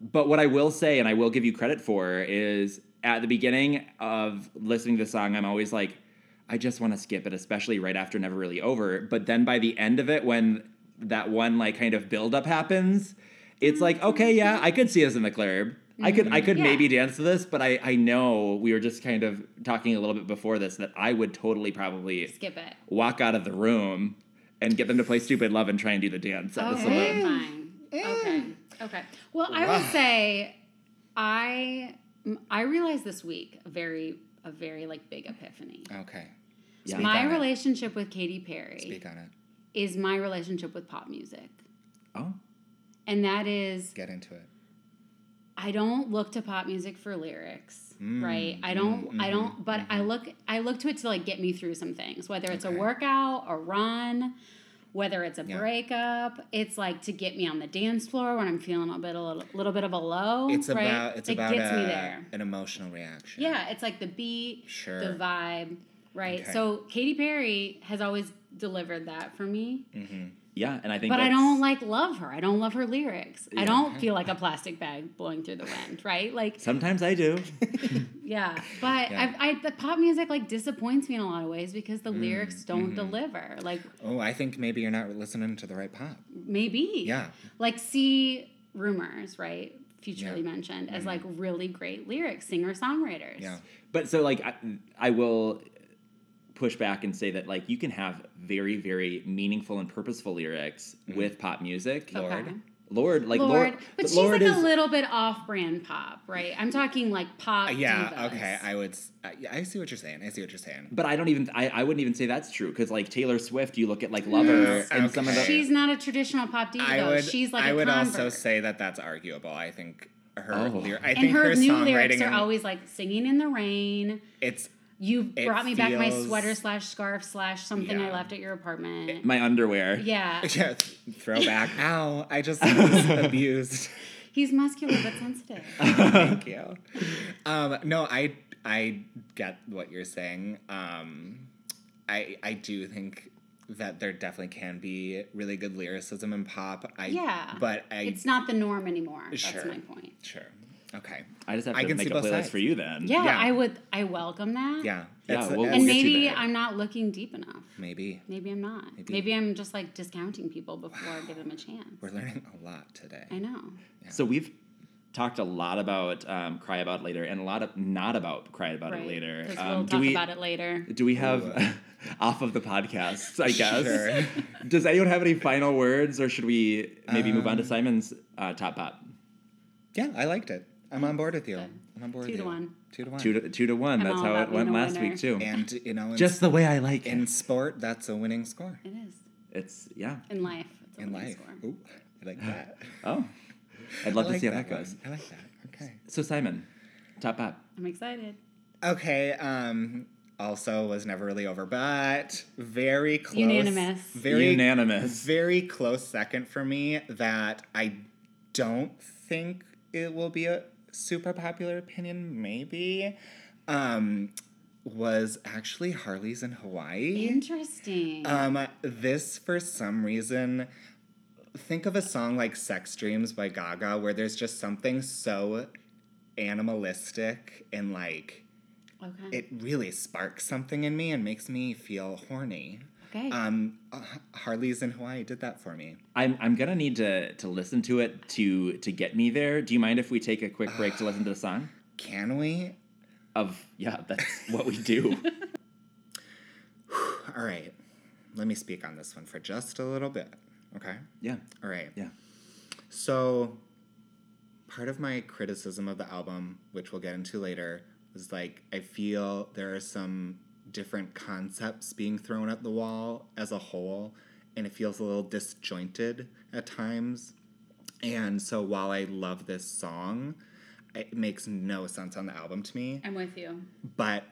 S1: but what i will say and i will give you credit for is at the beginning of listening to the song i'm always like i just want to skip it especially right after never really over but then by the end of it when that one like kind of buildup happens it's like okay yeah i could see us in the club i could i could
S3: Mm-hmm. Yeah.
S1: maybe dance to this but i i know we were just kind of talking a little bit before this that i would totally probably
S3: skip it.
S1: walk out of the room and get them to play stupid love and try and do the dance at the
S3: Okay,
S1: saloon
S3: fine. Okay, okay. Well, I would
S2: Wow.
S3: say I m- I realized this week a very a very like big epiphany.
S2: Okay.
S1: Yeah.
S2: Uh, Speak
S3: My
S2: on it.
S3: relationship with Katy Perry
S2: Speak on it.
S3: is my relationship with pop music,
S1: oh
S3: and that is
S2: Get into it.
S3: I don't look to pop music for lyrics,
S2: Mm,
S3: right? I don't, I
S2: mm-hmm,
S3: don't, but I look, I look to it to like get me through some things, whether it's
S2: Okay.
S3: a workout, a run, whether it's a breakup. It's like to get me on the dance floor when I'm feeling a bit, a little, little bit of a low.
S2: It's
S3: Oh, right?
S2: about. It's
S3: it
S2: about
S3: gets me
S2: a-
S3: there.
S2: an emotional reaction.
S3: Yeah, it's like the beat,
S2: Sure.
S3: the vibe, right?
S2: Okay.
S3: So Katy Perry has always delivered that for me,
S2: Mm-hmm.
S1: yeah and i think
S3: but I
S1: that's-
S3: don't like love her. I don't love her lyrics. I don't feel like a plastic bag blowing through the wind, right? Like
S1: sometimes i do
S3: Yeah, but
S2: Yeah.
S3: I, I the pop music like disappoints me in a lot of ways because the
S2: Mm,
S3: lyrics
S2: mm-hmm.
S3: don't deliver. Like
S2: Oh, I think maybe you're not listening to the right pop.
S3: maybe
S2: Yeah.
S3: like see rumors right, futurely
S2: Yeah. Mm-hmm.
S3: mentioned as like really great lyrics singer songwriters.
S2: Yeah.
S1: But so like I, I will push back and say that like you can have very very meaningful and purposeful lyrics
S2: Mm-hmm.
S1: with pop music.
S3: Okay.
S1: Lord, Lord, like
S3: Lord,
S1: Lord,
S3: but she's
S1: Lord
S3: like
S1: is-
S3: a little bit off-brand pop, right? I'm talking like pop.
S2: Uh, Yeah.
S3: divas.
S2: Okay. I would. s- I, I see what you're saying. I see what you're saying.
S1: But I don't even I, I wouldn't even say that's true because like Taylor Swift, you look at like Lover
S2: Mm,
S1: and some of the
S2: okay.
S3: she's not a traditional pop diva.
S2: I
S3: though.
S2: would.
S3: She's like
S2: I
S3: a
S2: would
S3: convert.
S2: also say that that's arguable. I think her.
S1: Oh.
S2: lyri- I
S3: and
S2: think
S3: her, new lyrics
S2: songwriting
S3: are
S2: and-
S3: always like singing in the rain.
S2: It's
S3: You
S2: It
S3: brought me back my
S2: feels-
S3: sweater slash scarf slash something I
S2: Yeah.
S3: left at your apartment.
S1: my underwear.
S3: yeah,
S2: yeah, throwback. Ow! I just was abused.
S3: he's muscular but sensitive.
S2: Thank you. Um, no, I I get what you're saying. Um, I I do think that there definitely can be really good lyricism in pop. I
S3: Yeah.
S2: but I
S3: it's not the norm anymore. That's
S2: Sure.
S3: my point.
S2: sure. Okay.
S1: I just have to
S2: I can
S1: make
S2: see
S1: a
S2: both
S1: playlist
S2: sides.
S1: for you then.
S3: Yeah,
S2: Yeah.
S3: I would. I welcome that.
S2: Yeah.
S1: Yeah,
S2: It's-
S1: we'll-
S2: it's-
S1: we'll
S3: And
S1: get you
S3: maybe
S1: there.
S3: I'm not looking deep enough.
S2: maybe
S3: Maybe I'm not. Maybe, I'm just like discounting people before I give them a chance.
S2: we're learning a lot today.
S3: I know.
S1: So we've talked a lot about um, cry about it later and a lot of not about cry about
S3: Right.
S1: it later.
S3: 'Cause
S1: Um,
S3: we'll
S1: do
S3: talk
S1: we
S3: about it later.
S1: do we have off of the podcast? I guess.
S2: Sure.
S1: Does anyone have any final words, or should we maybe move on to Simon's uh, top pop?
S2: Yeah, I liked it. I'm on board with you.
S3: Good.
S2: I'm on board
S3: Two
S2: with
S3: to
S2: you.
S3: one.
S2: Two to one.
S1: Two to two to one.
S3: I'm
S1: That's
S3: all
S1: how
S3: about
S1: it went
S3: being a
S1: last
S3: winner.
S1: week too.
S2: And you know, in,
S1: Just the way I like it.
S2: in sport, that's a winning score.
S3: It is
S1: It's yeah.
S3: in life. It's a
S2: In
S3: winning
S2: life,
S3: score.
S2: Ooh, I like that.
S1: Oh, I'd love
S2: I
S1: to
S2: like
S1: see how that goes.
S2: one. I like that. Okay.
S1: So Simon, top pop.
S3: I'm excited.
S2: Okay. Um. Also, was never really over, but very close.
S3: Unanimous.
S2: Very
S1: Unanimous.
S2: Very close second for me that I don't think it will be a super popular opinion. Maybe. Um. Was actually Harley's in Hawaii.
S3: Interesting.
S2: Um, this for some reason, think of a song like "Sex Dreams" by Gaga, where there's just something so animalistic and like
S3: okay.
S2: it really sparks something in me and makes me feel horny.
S3: okay.
S2: Um, uh, Harley's in Hawaii did that for me.
S1: I'm I'm gonna need to to listen to it to to get me there. Do you mind if we take a quick break to listen to the song?
S2: Can we?
S1: Of yeah, that's what we do.
S2: All right, let me speak on this one for just a little bit. Okay.
S1: yeah,
S2: All right.
S1: yeah.
S2: So, part of my criticism of the album, which we'll get into later, was like I feel there are some different concepts being thrown at the wall as a whole, and it feels a little disjointed at times. And so, while I love this song, it makes no sense on the album to me
S3: I'm with you.
S2: but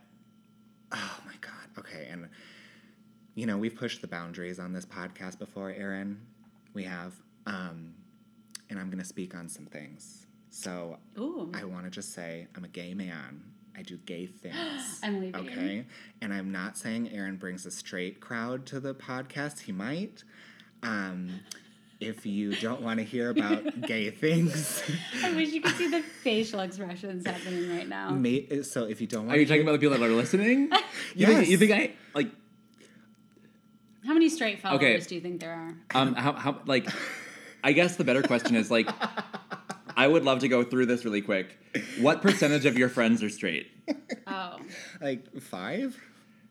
S2: oh my god okay and you know we've pushed the boundaries on this podcast before Erin we have um and I'm gonna speak on some things so
S3: Ooh.
S2: I want to just say I'm a gay man I do gay things
S3: I'm leaving.
S2: okay and I'm not saying Aaron brings a straight crowd to the podcast he might um if you don't want to hear about gay things
S3: I wish you could see the facial expressions happening right now.
S2: may, so if you don't
S1: Are
S2: want
S1: you talking about the people that are listening? You, think, you
S2: Yes.
S1: think I like
S3: How many straight followers
S1: Okay.
S3: do you think there are?
S1: um how how like I guess the better question is like I would love to go through this really quick. What percentage of your friends are straight?
S3: Oh,
S2: like five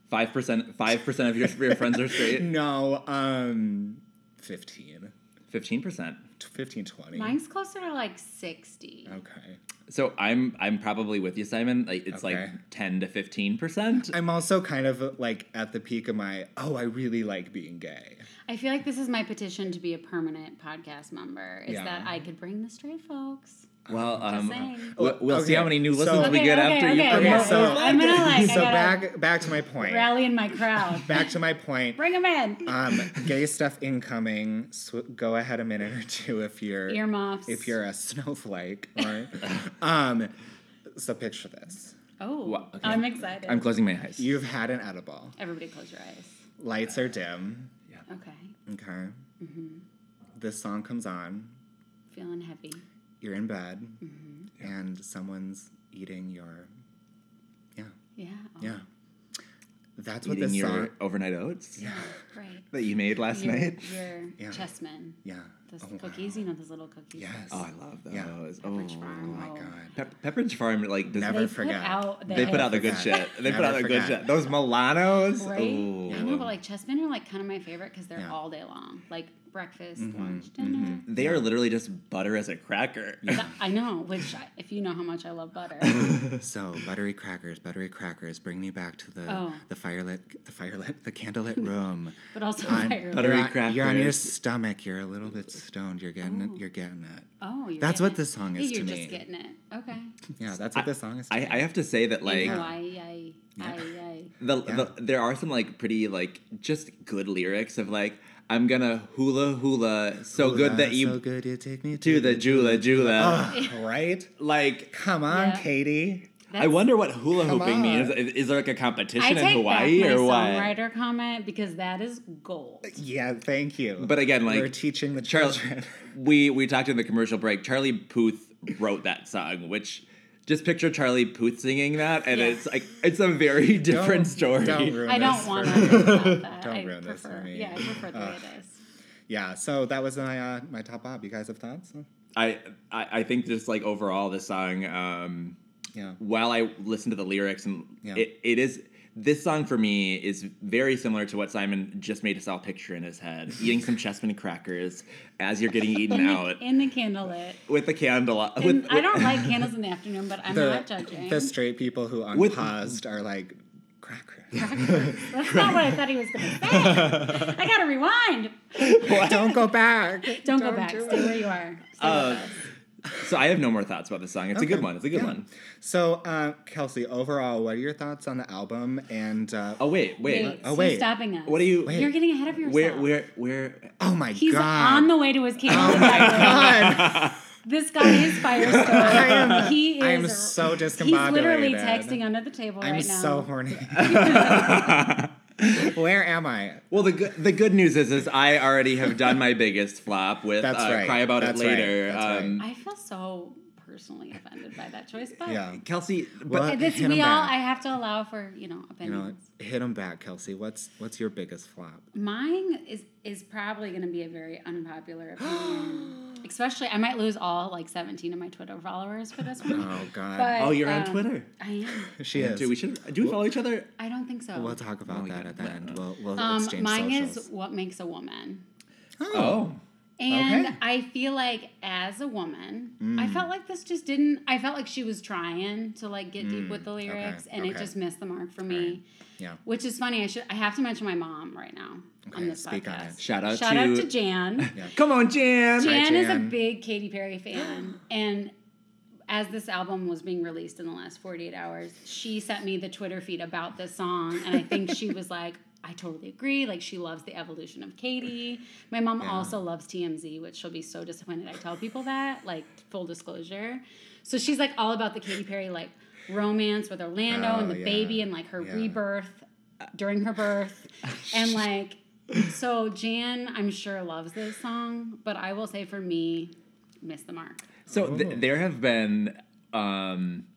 S1: Five percent. Five percent of your, your friends are straight.
S2: No, um, 15.
S1: Fifteen percent.
S2: T- 15, 20.
S3: mine's closer to like 60.
S2: Okay.
S1: So I'm I'm probably with you, Simon. Like it's like
S2: Okay.
S1: ten to fifteen percent.
S2: I'm also kind of like at the peak of my, oh, I really like being gay.
S3: I feel like this is my petition to be a permanent podcast member. Is
S2: Yeah.
S3: that I could bring the straight folks?
S1: Well, um,
S3: saying.
S1: we'll, we'll see
S2: Oh, Okay,
S1: how many new
S2: so-
S1: listens we
S3: Okay,
S1: get
S3: okay,
S1: after you.
S3: okay,
S1: promote
S2: Okay,
S3: Yeah,
S1: this.
S2: so
S3: I'm gonna, like, I
S2: so
S3: gotta-
S2: back back to my point.
S3: Rally in my crowd.
S2: Back to my point.
S3: Bring them in.
S2: Um, gay stuff incoming. Sw- go ahead a minute or two if you're
S3: Earmuffs.
S2: if you're a snowflake. Or, um, so picture this:
S3: Oh,
S1: Wha- okay.
S3: I'm excited.
S1: I'm closing my eyes.
S2: you've had an edible.
S3: Everybody close your eyes.
S2: Lights are dim.
S3: Okay.
S2: Okay.
S3: Mm-hmm.
S2: This song comes on.
S3: Feeling heavy.
S2: you're in bed
S3: Mm-hmm.
S2: and someone's eating your yeah
S3: Yeah. Oh,
S2: yeah that's what
S1: eating
S2: this
S1: your
S2: song
S1: overnight oats
S2: yeah
S3: Right.
S1: that you made last
S3: Your,
S1: night.
S3: your
S2: Yeah.
S3: chessmen.
S2: yeah
S3: Those
S2: Oh, wow.
S3: cookies, you know, those little cookies.
S2: yes
S1: Oh, I love those.
S2: Yeah.
S1: Oh,
S3: Pepperidge Farm.
S2: my
S3: Oh.
S2: god
S1: Pep- Pepperidge Farm like does
S2: Never
S3: They
S2: forget.
S3: put out the
S1: They put out the
S2: Never
S1: good
S2: forgot.
S1: shit. They put
S2: Never
S1: out the good
S2: forgot.
S1: shit. Those Milanos.
S3: Right?
S1: Ooh.
S3: I know, but like chessmen are like kind of my favorite because they're
S2: Yeah. Mm-hmm.
S3: all day long. Like breakfast, lunch, dinner.
S1: they are literally just butter as a cracker.
S3: That- I know, which I, if you know how much I love butter.
S2: so buttery crackers buttery crackers bring me back to the
S3: Oh.
S2: the firelit the firelit the candlelit room
S3: But also
S2: I'm-
S3: fire.
S1: Buttery
S2: you're, on, you're on your
S1: crackers.
S2: stomach you're a little bit stoned you're getting it you're getting it
S3: Oh, you're
S2: That's
S3: getting
S2: what
S3: it.
S2: this song
S3: Yeah,
S2: is to
S3: You're
S2: me.
S3: just getting it. Okay.
S2: yeah that's what this song is to
S1: I,
S2: me.
S1: I have to say that like
S3: In Hawaii, aye, aye, aye.
S1: the, the there are some like pretty like just good lyrics of like I'm gonna hula hula so
S2: Ooh,
S1: good that
S2: that's
S1: you
S2: so good you take me
S1: do the jula jula.
S2: Ah, right
S1: Like
S2: come on
S3: Yeah.
S2: katie
S1: I wonder what hula
S2: Come
S1: hooping means.
S2: on.
S1: Is, is there like a
S3: I
S1: competition in
S3: take
S1: Hawaii
S3: back my
S1: or what?
S3: songwriter comment because that is gold.
S2: Yeah, thank you.
S1: But again,
S2: we're
S1: like
S2: teaching the
S1: Charlie,
S2: children.
S1: we we talked in the commercial break. Charlie Puth wrote that song, which just picture Charlie Puth singing that, and
S3: Yeah.
S1: it's like it's a very different
S2: Don't-
S1: story.
S2: Don't ruin
S3: I
S2: this
S3: don't
S2: for
S3: want to.
S2: me.
S3: that.
S2: Don't
S3: I
S2: ruin this
S3: prefer,
S2: for me.
S3: Yeah, I prefer the way it is.
S2: Yeah, so that was my uh, my top op. You guys have thoughts?
S1: I, I I think just like overall, this song. Um,
S2: Yeah.
S1: while I listen to the lyrics and
S2: Yeah.
S1: it, it is this song for me is very similar to what Simon just made us all picture in his head, eating some chessman crackers as you're getting eaten
S3: In the,
S1: out
S3: in the candlelit.
S1: with a candle.
S3: And
S1: With,
S3: I don't like candles in the afternoon, but I'm
S2: The,
S3: not judging.
S2: the straight people who
S1: With-
S2: unpaused are like, cracker.
S3: That's not what I thought he was going to say. I got to rewind.
S2: don't go back.
S3: Don't, go back.
S2: do
S3: Stay
S2: it.
S3: where you are. Stay
S1: Uh,
S3: with us.
S1: so I have no more thoughts about this song. It's a good
S2: Okay.
S1: one. It's a good
S2: Yeah.
S1: one.
S2: So, uh, Kelsey, overall, what are your thoughts on the album? And uh,
S1: Oh wait, wait.
S3: Wait,
S2: oh,
S3: so
S2: wait.
S3: stopping us.
S1: What are you?
S2: Wait.
S3: You're getting ahead of yourself.
S1: Where? Where? Where?
S2: oh my
S3: He's
S2: god,
S3: on the way to his candlelit.
S2: oh my
S3: by the way.
S2: god,
S3: This guy is
S2: I
S3: Firestone.
S2: am,
S3: he is.
S2: I am so discombobulated.
S3: He's literally texting under the table
S2: I'm
S3: right now.
S2: so horny. Where am I?
S1: Well, the good the good news is is I already have done my biggest flop with
S2: That's
S1: uh,
S2: right.
S1: "Cry About
S2: That's
S1: It
S2: right.
S1: Later."
S2: That's right.
S1: Um,
S3: I feel so personally offended by that choice, but
S2: Yeah.
S1: Kelsey, but
S2: Well,
S3: this
S2: hit 'em
S3: we all
S2: back.
S3: I have to allow for you know
S2: You know,
S3: opinions.
S2: hit him back, Kelsey. What's what's your biggest flop?
S3: Mine is is probably going to be a very unpopular opinion. Especially, I might lose all like 17 of my Twitter followers for this one.
S2: Oh God,
S3: But,
S1: oh, you're on
S3: um,
S1: Twitter.
S3: I am.
S2: she is.
S1: Dude, we should do we follow each other?
S3: I don't think so.
S2: We'll talk about
S1: we
S2: that
S1: gotta
S2: at the
S1: plan
S2: end.
S1: that.
S2: We'll we'll
S3: um,
S2: exchange
S3: mine
S2: socials.
S3: is what makes a woman.
S1: Oh.
S3: And
S2: Okay. Mm.
S3: I feel like as a woman, I felt like this just didn't I felt like she was trying to like get deep with the lyrics and it
S2: Mm. okay.
S3: just missed the mark for me.
S2: yeah.
S3: Which is funny. I should I have to mention my mom right now on
S2: Okay,
S3: this
S2: speak on
S3: podcast.
S2: it.
S1: Shout out
S3: Shout
S1: to,
S3: out to Jan.
S1: Come on, Jan.
S3: Jan, is a
S2: Jan.
S3: big Katy Perry fan and as this album was being released in the last 48 hours, she sent me the Twitter feed about this song and I think she was like I totally agree. Like she loves the evolution of Katy. My mom also loves TMZ, which she'll be so disappointed I tell people that, like full disclosure. So she's like all about the Katy Perry like romance with Orlando
S2: Oh,
S3: and the
S2: yeah.
S3: baby and like her
S2: Yeah. Oh,
S3: rebirth uh, during her birth and like so Jan, I'm sure loves this song, but I will say for me, missed the mark.
S1: So
S2: Oh.
S1: th- there have been um,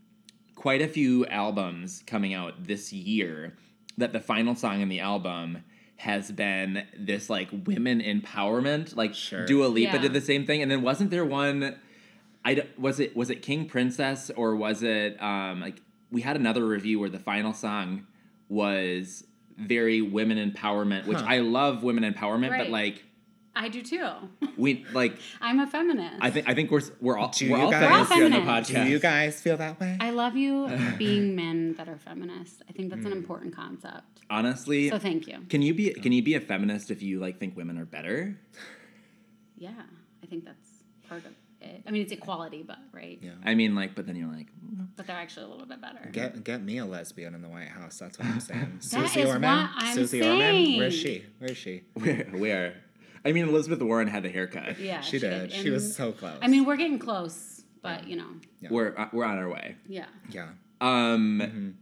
S1: quite a few albums coming out this year that the final song in the album has been this like women empowerment. Like
S2: Sure.
S1: Dua Lipa
S3: Yeah.
S1: did the same thing, and then wasn't there one? I d- was it was it King Princess or was it um, like we had another review where the final song was very women empowerment, which
S2: Huh.
S1: I love women empowerment, but
S3: Right.
S1: like
S3: I do too.
S1: we like
S3: I'm a feminist.
S1: I think I think we're s- we're all
S2: Do
S1: we're
S2: you
S1: all
S2: guys-
S1: feminists here on the
S3: We're all
S1: podcast.
S3: feminists.
S2: Do you guys feel that way?
S3: I love you being men that are feminists. I think that's
S2: Hmm.
S3: an important concept.
S1: Honestly,
S3: So thank you.
S1: can you be can you be a feminist if you like think women are better?
S3: Yeah, I think that's part of it. I mean, it's equality, but right.
S2: Yeah.
S1: I mean, like, but then you're like,
S3: But they're actually a little bit better.
S2: Get get me a lesbian in the White House. That's what I'm saying.
S3: is
S2: Orman.
S3: what I'm
S2: Susie Orman.
S3: saying.
S2: Where's she? Where's she?
S1: where where? I mean, Elizabeth Warren had a haircut.
S3: yeah,
S2: She did. She was
S3: And-
S2: so close.
S3: I mean, we're getting close, but you know,
S1: We're uh, we're on our way.
S3: yeah.
S2: yeah.
S1: Um,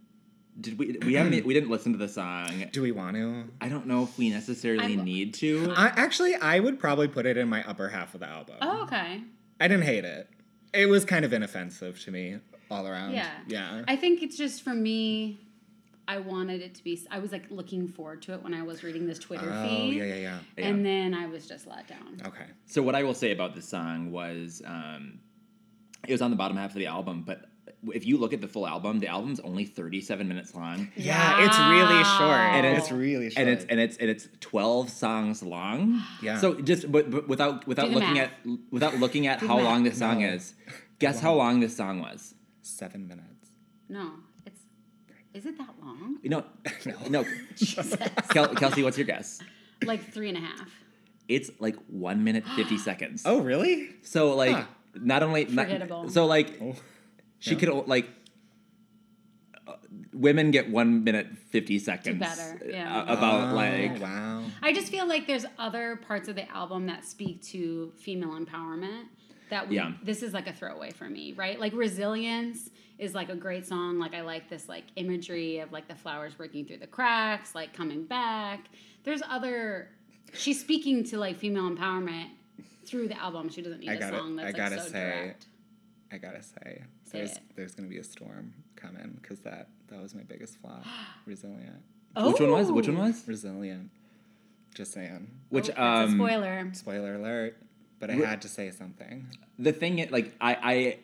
S1: did we we haven't e, we didn't listen to the song?
S2: Do we want to?
S1: I don't know if we necessarily
S3: I'm-
S1: need to.
S2: I, actually, I would probably put it in my upper half of the album.
S3: Oh, okay.
S2: I didn't hate it. It was kind of inoffensive to me all around.
S3: Yeah.
S2: Yeah.
S3: I think it's just for me. I wanted it to be. I was like looking forward to it when I was reading this Twitter
S2: oh,
S3: feed,
S2: yeah, yeah, yeah. Oh.
S3: and then I was just let down.
S2: Okay.
S1: So what I will say about this song was, um, it was on the bottom half of the album, but if you look at the full album, the album's only 37 minutes long.
S2: Yeah, it's really short.
S3: Wow.
S2: And
S1: And
S2: it's
S1: it's-
S2: really short.
S1: and it's and it's and it's 12 songs long
S2: Yeah.
S1: so just but, but without without
S3: the
S1: looking
S3: math.
S1: at without looking at
S3: Do the
S1: how long
S3: math.
S1: this song
S2: No.
S1: is guess how long this song was
S2: seven minutes.
S3: No, it's. Is it that long?
S1: no
S2: No.
S1: no Kel- kelsey what's your guess
S3: Like three and a half.
S1: it's like one minute 50 seconds
S2: Oh, really?
S1: so like
S2: Huh.
S1: not only not-
S3: Forgettable.
S1: so like
S2: Oh.
S1: she could o- like uh, women get one minute 50 seconds
S3: better,
S1: uh,
S3: yeah.
S1: about
S2: Oh,
S1: like
S2: wow.
S3: I just feel like there's other parts of the album that speak to female empowerment. That we,
S1: Yeah.
S3: this is like a throwaway for me, right? Like resilience is like a great song. Like I like this like imagery of like the flowers breaking through the cracks, like coming back. There's other. She's speaking to like female empowerment through the album. She doesn't need
S2: I
S3: a
S2: gotta-
S3: song that's
S2: I
S3: like
S2: gotta
S3: so
S2: say,
S3: direct.
S2: I gotta say,
S3: Say
S2: there's
S3: it.
S2: there's gonna be a storm coming because that that was my biggest flop. resilient,
S3: Oh.
S1: Which one was? Which one was?
S2: resilient. Just saying.
S1: Which
S3: Oh, that's a
S1: um
S3: spoiler.
S2: Spoiler alert. But I
S1: Re-
S2: had to say something.
S1: the thing is, like I, I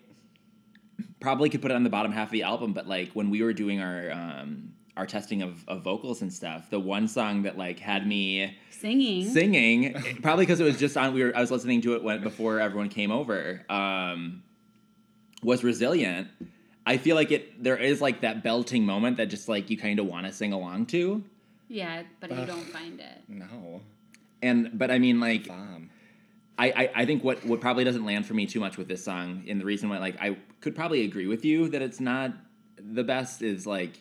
S1: probably could put it on the bottom half of the album, but like when we were doing our um our testing of, of vocals and stuff, the one song that like had me
S3: Singing.
S1: singing, probably because it was just on. We were I was listening to it when before everyone came over. Um, was resilient. I feel like it. There is like that belting moment that just like you kind of want to sing along to.
S3: Yeah, but you
S2: Ugh.
S3: don't find it.
S2: No, Um,
S1: And but I mean like
S2: bomb.
S1: I, I, I think what, what probably doesn't land for me too much with this song, and the reason why like I could probably agree with you that it's not the best is like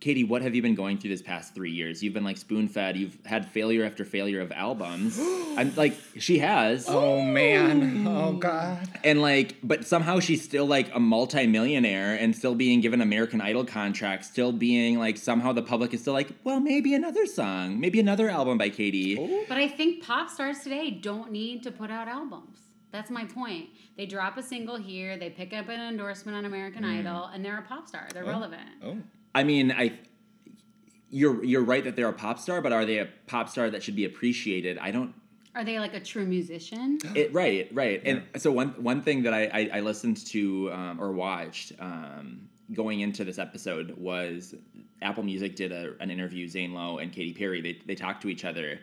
S1: Katie, what have you been going through this past three years? You've been like spoon fed, you've had failure after failure of albums. I'm like she has.
S2: Oh man. Oh god.
S1: And like, but somehow she's still like a multimillionaire and still being given American Idol contracts, still being like somehow the public is still like, well, maybe another song, maybe another album by Katie.
S3: But I think pop stars today don't need to put out albums. That's my point. They drop a single here, they pick up an endorsement on American
S2: Mm.
S3: Idol, and they're a pop star. They're relevant.
S2: Oh.
S1: I mean, I you're you're right that they're a pop star, but are they a pop star that should be appreciated? I don't.
S3: Are they like a true musician?
S1: It, right, right. And so one one thing that I I, I listened to um, or watched um, going into this episode was Apple Music did a, an interview Zane Lowe and Katy Perry. They they talked to each other,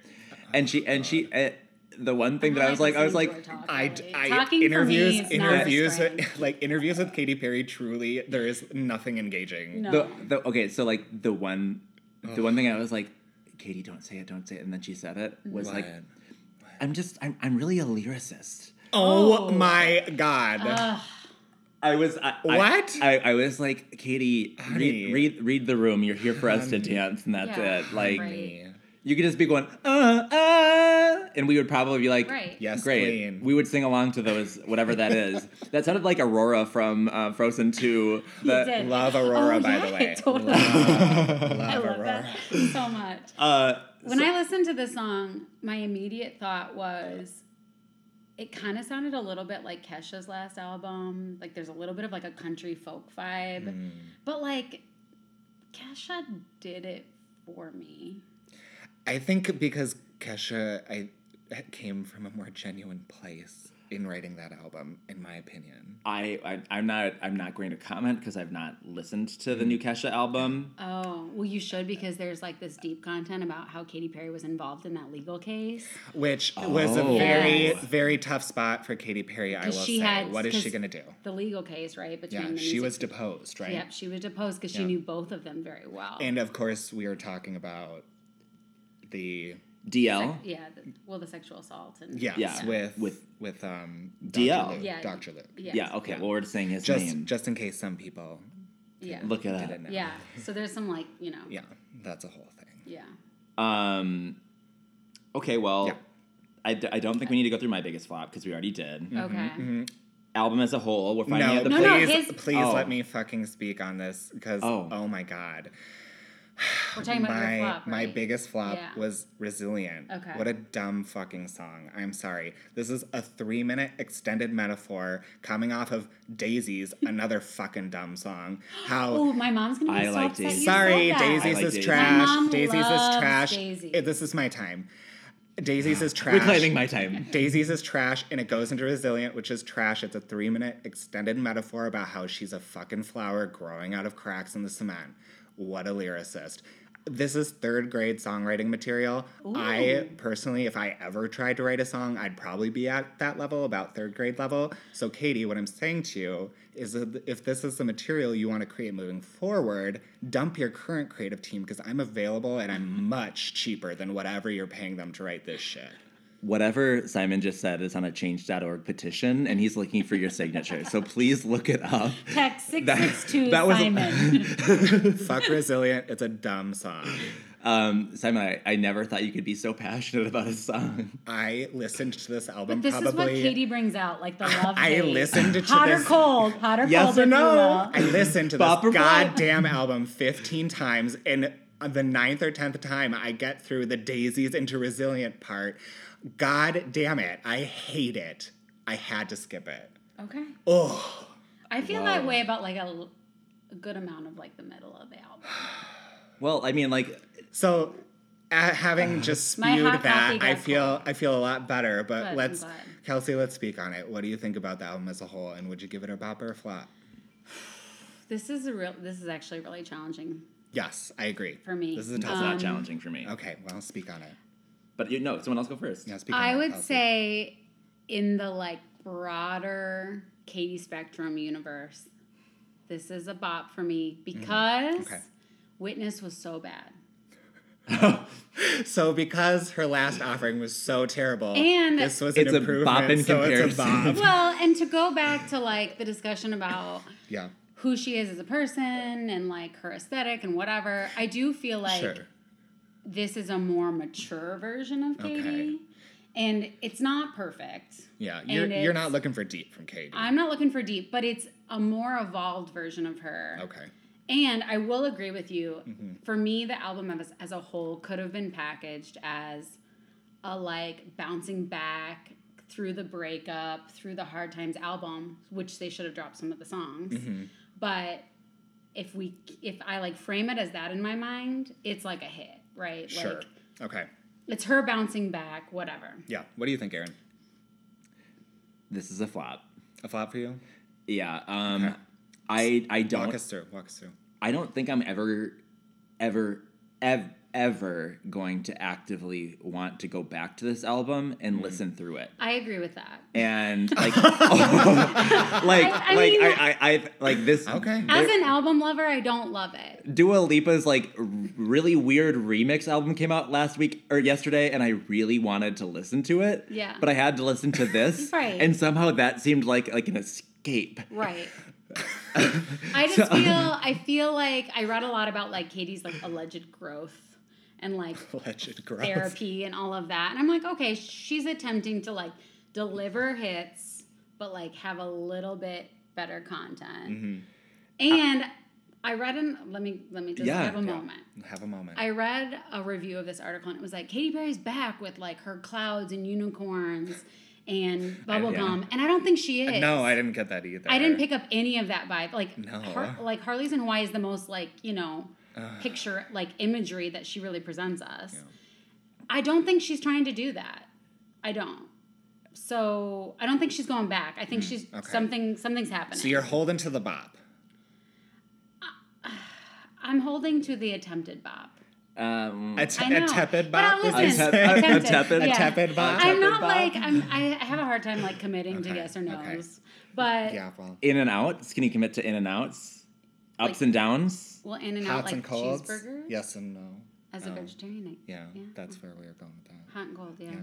S1: and she and she. Uh, the one thing that I was like, I was
S3: listening
S1: like,
S3: to her talk,
S2: I,
S3: Ellie.
S2: I
S3: Talking for
S2: interviews
S3: me is not
S2: interviews
S3: restrained.
S2: with, like interviews with Katy Perry. Truly, there is nothing engaging.
S3: No.
S1: the, the okay so like the one the one thing i was like katie don't say it don't say it and then she said it was like
S2: What?
S1: i'm just I'm, I'm really a lyricist
S2: Oh,
S3: Oh. Uh,
S2: my god.
S3: Ugh.
S1: i was I, I-
S2: What?
S1: I, I was like katie
S2: Honey.
S1: read, read read the room you're here for us to dance and that's
S3: Yeah,
S1: it like
S3: right.
S1: you could just be going uh uh and we would probably be like
S3: Right.
S2: Yes,
S1: Great.
S2: queen.
S1: We would sing along to those, whatever that is. that sounded like Aurora from uh, Frozen 2.
S3: You
S1: the-
S3: did.
S2: love Aurora,
S3: Oh,
S2: by
S3: yeah,
S2: the way.
S3: Totally.
S2: Love,
S3: I
S2: love
S3: love
S2: Aurora.
S3: that so much.
S1: Uh,
S3: When I listened to the song, my immediate thought was it kind of sounded a little bit like Kesha's last album. Like there's a little bit of like a country folk vibe.
S2: Mm.
S3: But like Kesha did it for me.
S2: I think because Kesha, I came from a more genuine place in writing that album, in my opinion.
S1: I, I I'm not I'm not going to comment because I've not listened to the
S2: Mm.
S1: new Kesha album.
S3: Oh, well you should because there's like this deep content about how Katy Perry was involved in that legal case.
S2: Which was a
S1: Oh.
S2: very,
S3: Yes.
S2: very tough spot for Katy Perry. I will
S3: 'Cause she
S2: say,
S3: had-
S2: what is she
S3: 'cause-
S2: gonna do?
S3: The legal case, right? Between
S2: Yeah,
S3: the
S2: she
S3: music-
S2: was deposed, right?
S3: Yep, she was deposed because
S2: Yeah.
S3: she knew both of them very well.
S2: And of course, we are talking about the
S1: DL.
S3: yeah, the, well, the sexual assault and
S2: yes
S1: Yeah.
S2: with
S1: With-
S2: with with um
S1: DL.
S2: Dr. Luke,
S3: Yeah.
S2: Dr. Luke.
S3: yes,
S1: Yeah. Okay. Well, we're just saying his
S2: Just
S1: name.
S2: just in case some people
S3: yeah,
S1: Look at
S2: didn't
S1: that.
S2: know.
S3: yeah. So there's some like you know,
S2: Yeah, that's a whole thing.
S3: yeah.
S1: Um. Okay. Well,
S2: Yeah.
S1: I, d- I don't think we need to go through my biggest flop because we already did.
S3: Okay.
S1: mm-hmm. Album as a whole, we're finding
S2: No,
S1: out the
S3: No,
S1: place.
S3: no,
S2: please,
S3: his-
S2: please
S1: Oh.
S2: let me fucking speak on this because
S1: Oh.
S2: oh. my god,
S3: We're talking about
S2: my
S3: your flop,
S2: my
S3: right?
S2: biggest flop
S3: Yeah.
S2: was resilient.
S3: Okay.
S2: what a dumb fucking song. I'm sorry. This is a three minute extended metaphor coming off of Daisies, another fucking dumb song. How
S3: Oh, my mom's gonna be
S1: I
S3: so
S1: like
S3: upset.
S1: Daisy.
S3: You
S2: Sorry,
S3: said that.
S1: I
S2: Daisy's
S1: like
S2: is
S1: Daisy.
S2: trash.
S3: My mom
S2: Daisy's
S3: loves
S2: is trash.
S3: Daisy.
S2: Eh, This is my time. Daisy's is trash.
S1: Reclaiming my time.
S2: Daisy's is trash, and it goes into resilient, which is trash. It's a three-minute extended metaphor about how she's a fucking flower growing out of cracks in the cement. What a lyricist! This is third grade songwriting material. I personally, if I ever tried to write a song, I'd probably be at that level, about third grade level. So, Katie, what I'm saying to you is that if this is the material you want to create moving forward, dump your current creative team because I'm available and I'm much cheaper than whatever you're paying them to write this shit.
S1: Whatever Simon just said is on a change.org petition, and he's looking for your signature. So please look it up.
S3: Text six six two
S1: that was-
S3: Simon.
S2: Fuck resilient. It's a dumb song.
S1: Um, Simon, I, I never thought you could be so passionate about a song.
S2: I listened to this album
S3: this is what
S2: probably.
S3: Katie brings out, like the love.
S2: I
S3: hate.
S2: listened to
S3: hot or
S2: this-
S3: cold, hot or
S1: Yes
S3: cold.
S1: or
S3: if you
S1: no?
S2: I
S3: will.
S2: listened to
S1: Bop or
S2: this
S1: flop.
S2: goddamn album 15 times, and on the ninth or tenth time, I get through the daisies into resilient part. God damn it. I hate it. I had to skip it.
S3: Okay.
S1: Oh,
S3: I feel
S1: Wow.
S3: that way about like a, l- a good amount of like the middle of the album.
S1: well, I mean, like,
S2: So, uh, having just
S3: My
S2: spewed
S3: hot
S2: that,
S3: coffee
S2: I
S3: got
S2: feel I feel a lot better. But
S3: Good, I'm
S2: let's,
S3: glad.
S2: Kelsey, let's speak on it. What do you think about the album as a whole, and would you give it a bop or a flop?
S3: This is a real. This is actually really challenging
S2: Yes, I agree.
S3: for me. Um,
S2: This is a
S1: that's
S2: tough one.
S1: not challenging for me.
S2: Okay, well, speak on it.
S1: But you no, someone else go first.
S2: Yeah, speak on
S3: I
S2: it,
S3: would
S2: Kelsey.
S3: say in the like broader Katie Spectrum universe, this is a bop for me because
S2: Mm-hmm. Okay.
S3: Witness was so bad.
S2: so because her last offering was so terrible,
S3: And-
S2: this was an
S1: It's a
S2: improvement.
S1: bop in
S2: so it's a bop.
S1: comparison.
S3: Well, and to go back to like the discussion about
S2: yeah,
S3: who she is as a person and like her aesthetic and whatever, I do feel like
S2: sure.
S3: this is a more mature version of
S2: Okay.
S3: Katie. And it's not perfect.
S2: Yeah, you're
S3: and
S2: you're not
S3: it's-
S2: looking for deep from Katie.
S3: I'm not looking for deep, but it's a more evolved version of her.
S2: okay.
S3: And I will agree with you. For me, the album as, as a whole could have been packaged as a like bouncing back through the breakup, through the hard times album, which they should have dropped some of the songs. But if we if I like frame it as that in my mind, it's like a hit, right?
S2: Sure.
S3: Like
S2: okay.
S3: it's her bouncing back, whatever.
S2: Yeah. What do you think, Aaron?
S1: This is a flop.
S2: A flop for you?
S1: Yeah. Um, I I
S2: Walk
S1: don't
S2: us through. Walk us through.
S1: I don't think I'm ever ever ever ever going to actively want to go back to this album and listen through it.
S3: I agree with that.
S1: And like, like,
S3: I
S1: like
S3: mean-
S1: I, I, I, like this.
S2: Okay.
S3: As an album lover, I don't love it.
S1: Dua Lipa's like r- really weird remix album came out last week or yesterday, and I really wanted to listen to it.
S3: Yeah.
S1: But I had to listen to this,
S3: Right.
S1: and somehow that seemed like like an escape.
S3: Right. I just feel I feel like I read a lot about like Katie's like alleged growth and like
S2: Alleged growth.
S3: therapy and all of that. And I'm like, okay, she's attempting to like deliver hits but like have a little bit better content. And I read an let me let me just
S1: Yeah,
S3: have a
S1: yeah.
S3: moment.
S2: Have a moment.
S3: I read a review of this article and it was like Katy Perry's back with like her clouds and unicorns and bubblegum. And I don't think she is.
S2: Uh, no, I didn't get that either.
S3: I didn't pick up any of that vibe. Like,
S2: No.
S3: Har- like Harley's and Hawaii is the most like you know picture like imagery that she really presents us. I don't think she's trying to do that. I don't. So I don't think she's going back. I think she's
S2: Mm, okay.
S3: something. Something's happening.
S2: So you're holding to the bop.
S3: I'm holding to the attempted bop.
S1: Um,
S2: A, t-
S3: I know.
S2: a tepid
S3: But
S2: bop.
S3: I'll
S2: is
S1: a,
S2: it?
S3: listen.
S1: tep-
S3: Yes,
S1: a- a
S3: tempted.
S1: tepid,
S3: Yeah.
S2: A tepid bop.
S3: I'm not
S1: bop.
S3: like I'm. I have a hard time like committing to
S2: Okay,
S3: yes or
S2: okay.
S3: no's. But
S2: yeah. Well.
S1: in and outs. Can you commit to in and outs, ups
S3: Like-
S1: and downs?
S3: well, in and out
S2: Hots
S3: like
S2: and colds.
S3: cheeseburgers.
S2: Yes and no.
S3: As a vegetarian, I,
S2: Yeah,
S3: Yeah.
S2: That's where we were going with that.
S3: hot and cold. Yeah.
S2: Yeah.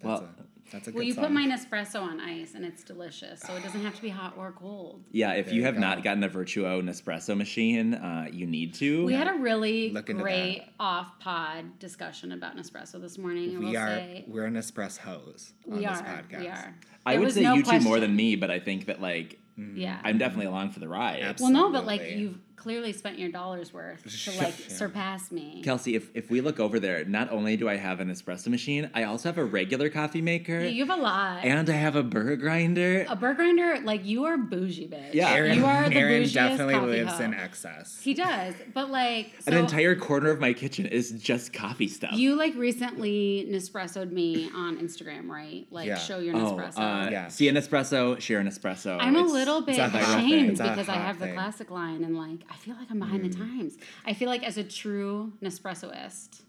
S2: That's
S1: Well-
S2: a, that's a good
S3: Well, you
S2: song.
S3: put my Nespresso on ice and it's delicious, so it doesn't have to be hot or cold.
S1: Yeah, if
S2: There
S1: you
S2: you
S1: have
S2: go.
S1: not gotten a Virtuo Nespresso machine, uh, you need to.
S3: We had a really
S2: Look into
S3: great
S2: that.
S3: off pod discussion about Nespresso this morning. I will
S2: we are
S3: say
S2: we're an espressos on
S3: we
S2: this
S3: are,
S2: podcast.
S3: we are.
S1: I
S3: There
S1: would
S3: was
S1: say
S3: no
S1: you two more
S3: question.
S1: than me, but I think that like
S3: Yeah.
S2: Mm-hmm.
S1: I'm definitely along for the ride.
S2: Absolutely.
S3: well, no, but like
S2: Absolutely.
S3: you've clearly spent your dollars worth to like
S2: Yeah.
S3: surpass me.
S1: Kelsey, if, if we look over there, not only do I have an espresso machine, I also have a regular coffee maker,
S3: You have a lot.
S1: and I have a burr grinder.
S3: a burr grinder, like you are bougie, bitch.
S1: Yeah.
S2: Aaron,
S3: you are the
S2: Aaron
S3: bougiest
S2: definitely
S3: coffee
S2: lives
S3: hoe.
S2: in excess.
S3: He does, but like
S1: An
S3: so-
S1: entire corner of my kitchen is just coffee
S2: Oh.
S1: stuff.
S3: You like recently Nespresso'd me on Instagram, right? Like
S2: Yeah.
S3: show your
S1: oh,
S3: Nespresso.
S1: uh,
S2: Yeah.
S1: see an espresso, share an espresso.
S2: Oh,
S3: I'm a
S1: It's-
S3: little bit
S2: a hot thing.
S3: ashamed
S2: It's a
S3: because I
S2: hot
S3: have the
S2: thing. Mm.
S3: classic line and like I feel like I'm behind the times. I feel like as a true Nespressoist,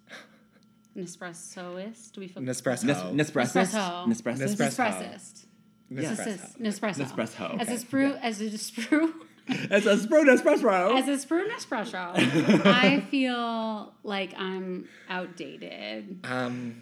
S3: Nespressoist, do we feel
S2: Nespresso.
S1: Nes- Nespresso.
S3: Nespresso.
S1: Nespresso.
S2: Oh. Nespresso.
S3: Nespressist? Nespresso.
S2: Nespresso.
S3: Nespresso.
S1: Nespresso.
S3: As a sprue, as a sprue,
S1: It's a sprue espresso.
S3: as a sprue Nespresso, I feel like I'm outdated.
S2: Um,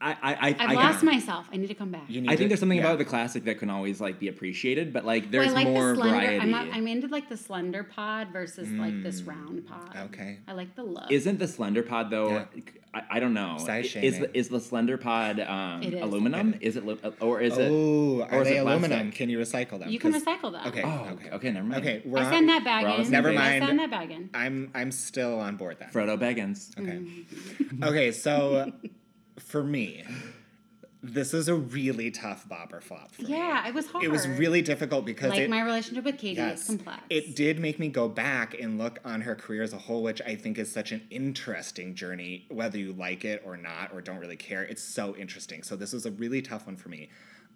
S1: I, I, I,
S3: I've
S1: I-
S3: lost myself. I need to come back.
S2: you need
S1: I think
S2: to-
S1: there's something
S2: yeah.
S1: about the classic that can always like be appreciated, but like
S3: Well,
S1: there's more variety.
S3: I'm, I'm into like the slender pod versus like this round pod.
S2: Mm, Okay.
S3: I like the look.
S1: Isn't the Slender Pod though?
S2: Yeah.
S1: I, I don't know.
S2: Size
S1: I- is
S2: shaming.
S1: the, is the Slender Pod um,
S3: It is.
S1: aluminum? Is it lu- uh, or is it?
S2: Oh,
S1: or
S2: are
S1: is
S2: they
S1: it
S2: aluminum?
S1: plastic?
S2: Can you recycle them?
S3: you can
S2: 'Cause-
S3: recycle them.
S2: Okay.
S1: Oh, okay, okay, never mind.
S2: Okay, we're
S3: I
S2: on-
S3: send that bag
S1: We're on the
S3: in.
S1: same Never page.
S3: I
S2: mind.
S3: send that bag in.
S2: I'm I'm still on board then.
S3: Mm-hmm.
S1: Frodo Baggins.
S2: Okay. okay, so for me, This is a really tough bobber flop for me.
S3: Yeah, it was hard.
S2: It was really difficult because
S3: like
S2: it,
S3: my relationship with Katie
S2: yes,
S3: is complex.
S2: it did make me go back and look on her career as a whole, which I think is such an interesting journey, whether you like it or not, or don't really care. It's so interesting. So this was a really tough one for me.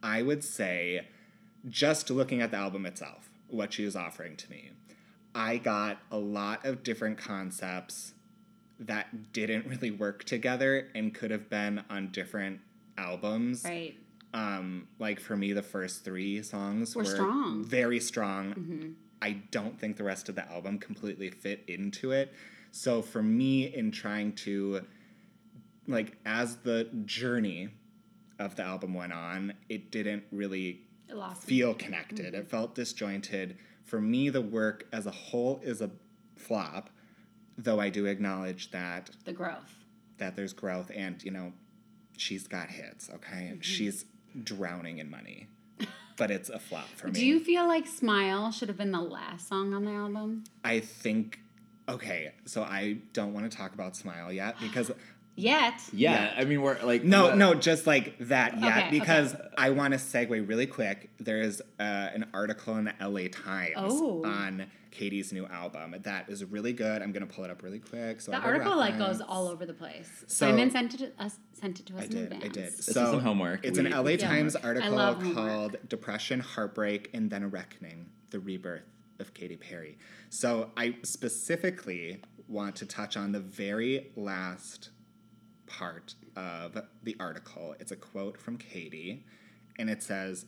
S2: I would say, just looking at the album itself, what she was offering to me, I got a lot of different concepts that didn't really work together and could have been on different albums
S3: right.
S2: um like for me the first three songs
S3: Were strong. Mm-hmm.
S2: very strong i don't think the rest of the album completely fit into it so for me in trying to like as the journey of the album went on it didn't really
S3: It lost me.
S2: feel connected
S3: Mm-hmm.
S2: it felt disjointed for me the work as a whole is a flop though i do acknowledge that
S3: the growth.
S2: that there's growth and you know she's got hits okay
S3: Mm-hmm.
S2: she's drowning in money but it's a flop for me
S3: Do you feel like Smile should have been the last song on the album?
S2: i think okay so i don't want to talk about smile yet because
S3: Yet.
S1: Yeah, I mean, we're like
S2: no
S1: uh,
S2: no just like that yet
S3: Okay, okay.
S2: because i want to segue really quick there's uh, an article in the la times
S3: Oh.
S2: on katie's new album that is really good i'm gonna pull it up really quick so
S3: The
S2: I have a
S3: article like
S2: reference.
S3: goes all over the place.
S2: So-
S3: Simon sent it to us sent it to us
S2: I
S3: in
S2: did.
S3: advance.
S2: I did.
S1: is some homework.
S2: It's
S1: We-
S2: an LA
S1: we-
S2: Times
S3: I
S2: article
S3: love homework.
S2: called "Depression, Heartbreak, and Then a Reckoning: The Rebirth of Katy Perry." So I specifically want to touch on the very last part of the article. It's a quote from Katie, and it says.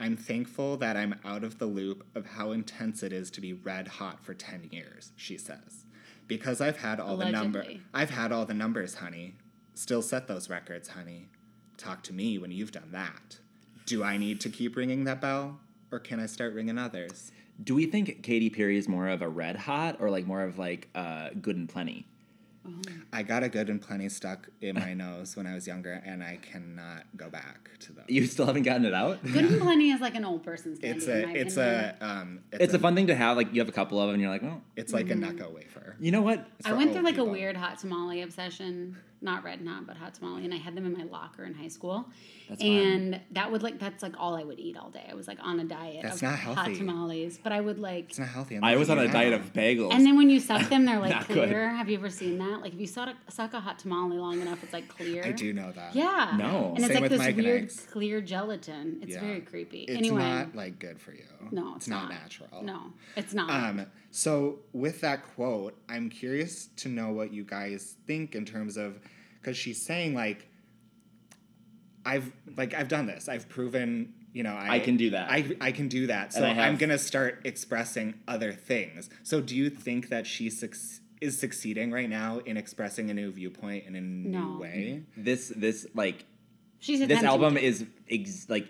S2: I'm thankful that I'm out of the loop of how intense it is to be red hot for 10 years, she says. Because I've had all the number
S3: Allegedly.
S2: I've had all the numbers, honey. Still set those records, honey. Talk to me when you've done that. Do I need to keep ringing that bell or can I start ringing others?
S1: Do we think Katy Perry is more of a red hot or like more of like uh, good and plenty?
S2: I got a good and plenty stuck in my nose when I was younger and I cannot go back to them.
S1: You still haven't gotten it out.
S3: Good and Plenty is like an old person's candy.
S2: It's
S3: in my
S2: a it's
S3: opinion.
S2: a um
S1: It's a fun thing to have. Like you have a couple of them, and you're like, well,
S2: it's like
S3: Mm.
S2: a Necco wafer.
S1: you know what?
S2: It's
S3: I
S2: for
S3: went
S2: old
S3: through like
S2: people.
S3: a weird hot tamale obsession. Not red hot, but hot tamale, and I had them in my locker in high school.
S1: That's
S3: and that would like that's like all I would eat all day. I was like on a diet
S2: That's
S3: of
S2: not
S3: hot
S2: healthy.
S3: tamales, but I would like.
S2: It's not healthy.
S1: I was on a
S2: unless you
S1: diet
S2: know.
S1: of bagels.
S3: And then when you suck them, they're like
S1: Not good.
S3: clear. Have you ever seen that? Like if you suck a, suck a hot tamale long enough, it's like clear.
S2: I do know that.
S3: Yeah.
S1: No.
S3: And it's
S2: Same
S3: like
S2: with
S3: this
S2: Mike and
S3: weird
S2: Ike's.
S3: clear gelatin. It's
S2: Yeah.
S3: very creepy.
S2: It's
S3: anyway,
S2: not like good for you.
S3: no, it's,
S2: not, natural.
S3: No, it's not.
S2: Um, so with that quote, I'm curious to know what you guys think in terms of because she's saying like I've like I've done this. I've proven, you know, I,
S1: I can do that.
S2: I I can do that. So
S1: I have-
S2: I'm gonna start expressing other things. So do you think that she suc is succeeding right now in expressing a new viewpoint in a
S3: No.
S2: new way?
S1: this this like
S3: She's
S1: this
S3: attempting
S1: album
S3: to-
S1: is ex- like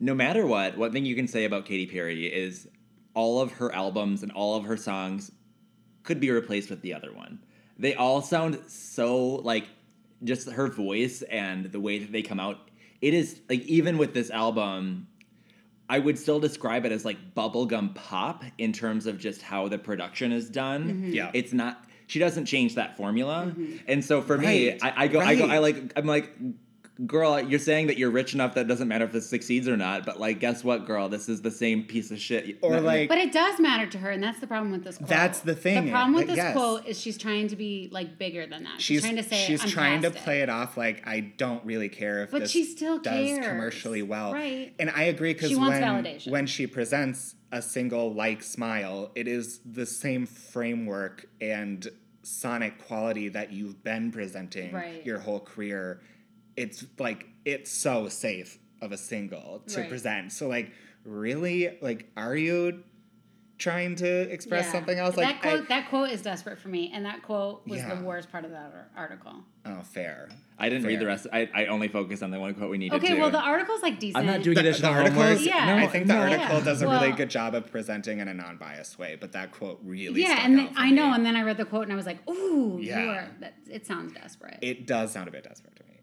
S1: no matter what one thing you can say about katy perry is all of her albums and all of her songs could be replaced with the other one they all sound so like just her voice and the way that they come out it is like even with this album I would still describe it as like bubblegum pop in terms of just how the production is done.
S2: Yeah.
S1: It's not she doesn't change that formula. And so for me,
S2: Right,
S1: I, I go I go I
S2: right.
S1: like I'm like girl, you're saying that you're rich enough that it doesn't matter if this succeeds or not, but like guess what, girl? This is the same piece of shit.
S2: Or like
S3: But it does matter to her, and that's the problem with this quote.
S2: That's the thing,
S3: The problem with
S2: that-
S3: this
S2: yes.
S3: quote is she's trying to be like bigger than that. She's, trying to say
S2: she's
S3: I'm
S2: trying to
S3: past
S2: play it off like I don't really care if
S3: But
S2: this
S3: she still
S2: does
S3: cares.
S2: commercially well,
S3: Right.
S2: And I agree because
S3: She wants
S2: when
S3: validation.
S2: when she presents a single like smile, it is the same framework and sonic quality that you've been presenting
S3: Right.
S2: your whole career. It's like it's so safe of a single to
S3: Right.
S2: present. So like, really, like, are you? Trying to express
S3: Yeah.
S2: something else,
S3: That
S2: like I-
S3: quote, that quote is desperate for me, and that quote was
S2: Yeah.
S3: the worst part of that ar- article.
S2: oh, fair.
S1: I didn't read the
S2: Fair.
S1: rest. I, I only focused on the one quote we needed
S3: Okay,
S1: to.
S3: well the article's like decent.
S1: I'm not doing
S2: The-
S1: additional
S2: the article-
S1: homework.
S3: Yeah.
S1: No,
S2: I think the
S1: no.
S2: article
S3: Yeah.
S2: does a really
S3: Well-
S2: good job of presenting in a non-biased way, but that quote really
S3: Yeah,
S2: stuck
S3: and
S2: out
S3: then
S2: for
S3: I know,
S2: me.
S3: and then I read the quote, and I was like, "Ooh,
S2: Yeah.
S3: you are." That, it sounds desperate.
S2: it does sound a bit desperate to me.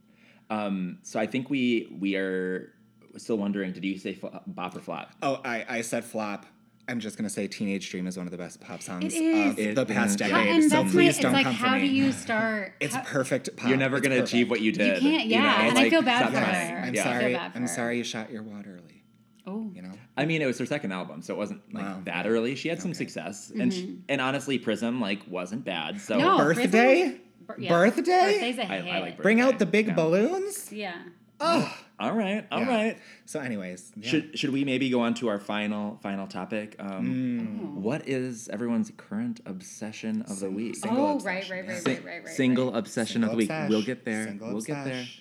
S1: Um, so I think we we are still wondering. Did you say fl- bop or flop?
S2: Oh, I, I said flop. I'm just gonna say "Teenage Dream" is one of the best pop songs
S3: is.
S2: of
S1: It
S2: the past
S1: is.
S3: How-
S2: decade.
S3: and
S2: so
S3: that's my,
S2: please
S3: it's
S2: don't
S3: like,
S2: come
S3: how
S2: for
S3: do
S2: me.
S3: you start?
S2: It's
S3: how-
S2: perfect pop.
S1: You're never
S2: It's
S1: going to
S2: perfect.
S1: achieve what you did.
S3: can't, yeah, and I feel bad
S1: stop
S3: for
S1: trying.
S3: her.
S2: I'm
S1: Yeah.
S2: sorry.
S3: bad for
S2: I'm
S3: her.
S2: sorry you shot your wad early.
S3: Oh,
S2: You know.
S1: I mean, it was her second album, so it wasn't like
S2: Wow.
S1: that early. She had some success, and sh and honestly, Prism like wasn't bad. So
S3: Mm-hmm. no,
S2: Birthday?
S3: Prism- bir-
S2: Birthday?
S3: Birthday's a
S1: I- I
S3: hit.
S1: like Birthday.
S2: Bring out the big
S1: Yeah.
S2: balloons.
S3: Yeah.
S2: Oh.
S1: all right, all right.
S2: Yeah. So, anyways, yeah.
S1: Should should we maybe go on to our final final topic? Um,
S2: Mm.
S3: Oh.
S1: What is everyone's current obsession of the week?
S2: Single
S3: oh,
S2: obsession,
S3: right, right,
S2: yeah.
S3: right,
S1: Si-
S3: right, right, right.
S1: single
S3: right.
S1: obsession
S2: Single
S1: of the week.
S2: obsesh,
S1: We'll get there.
S2: single
S1: we'll get there.
S2: obsesh.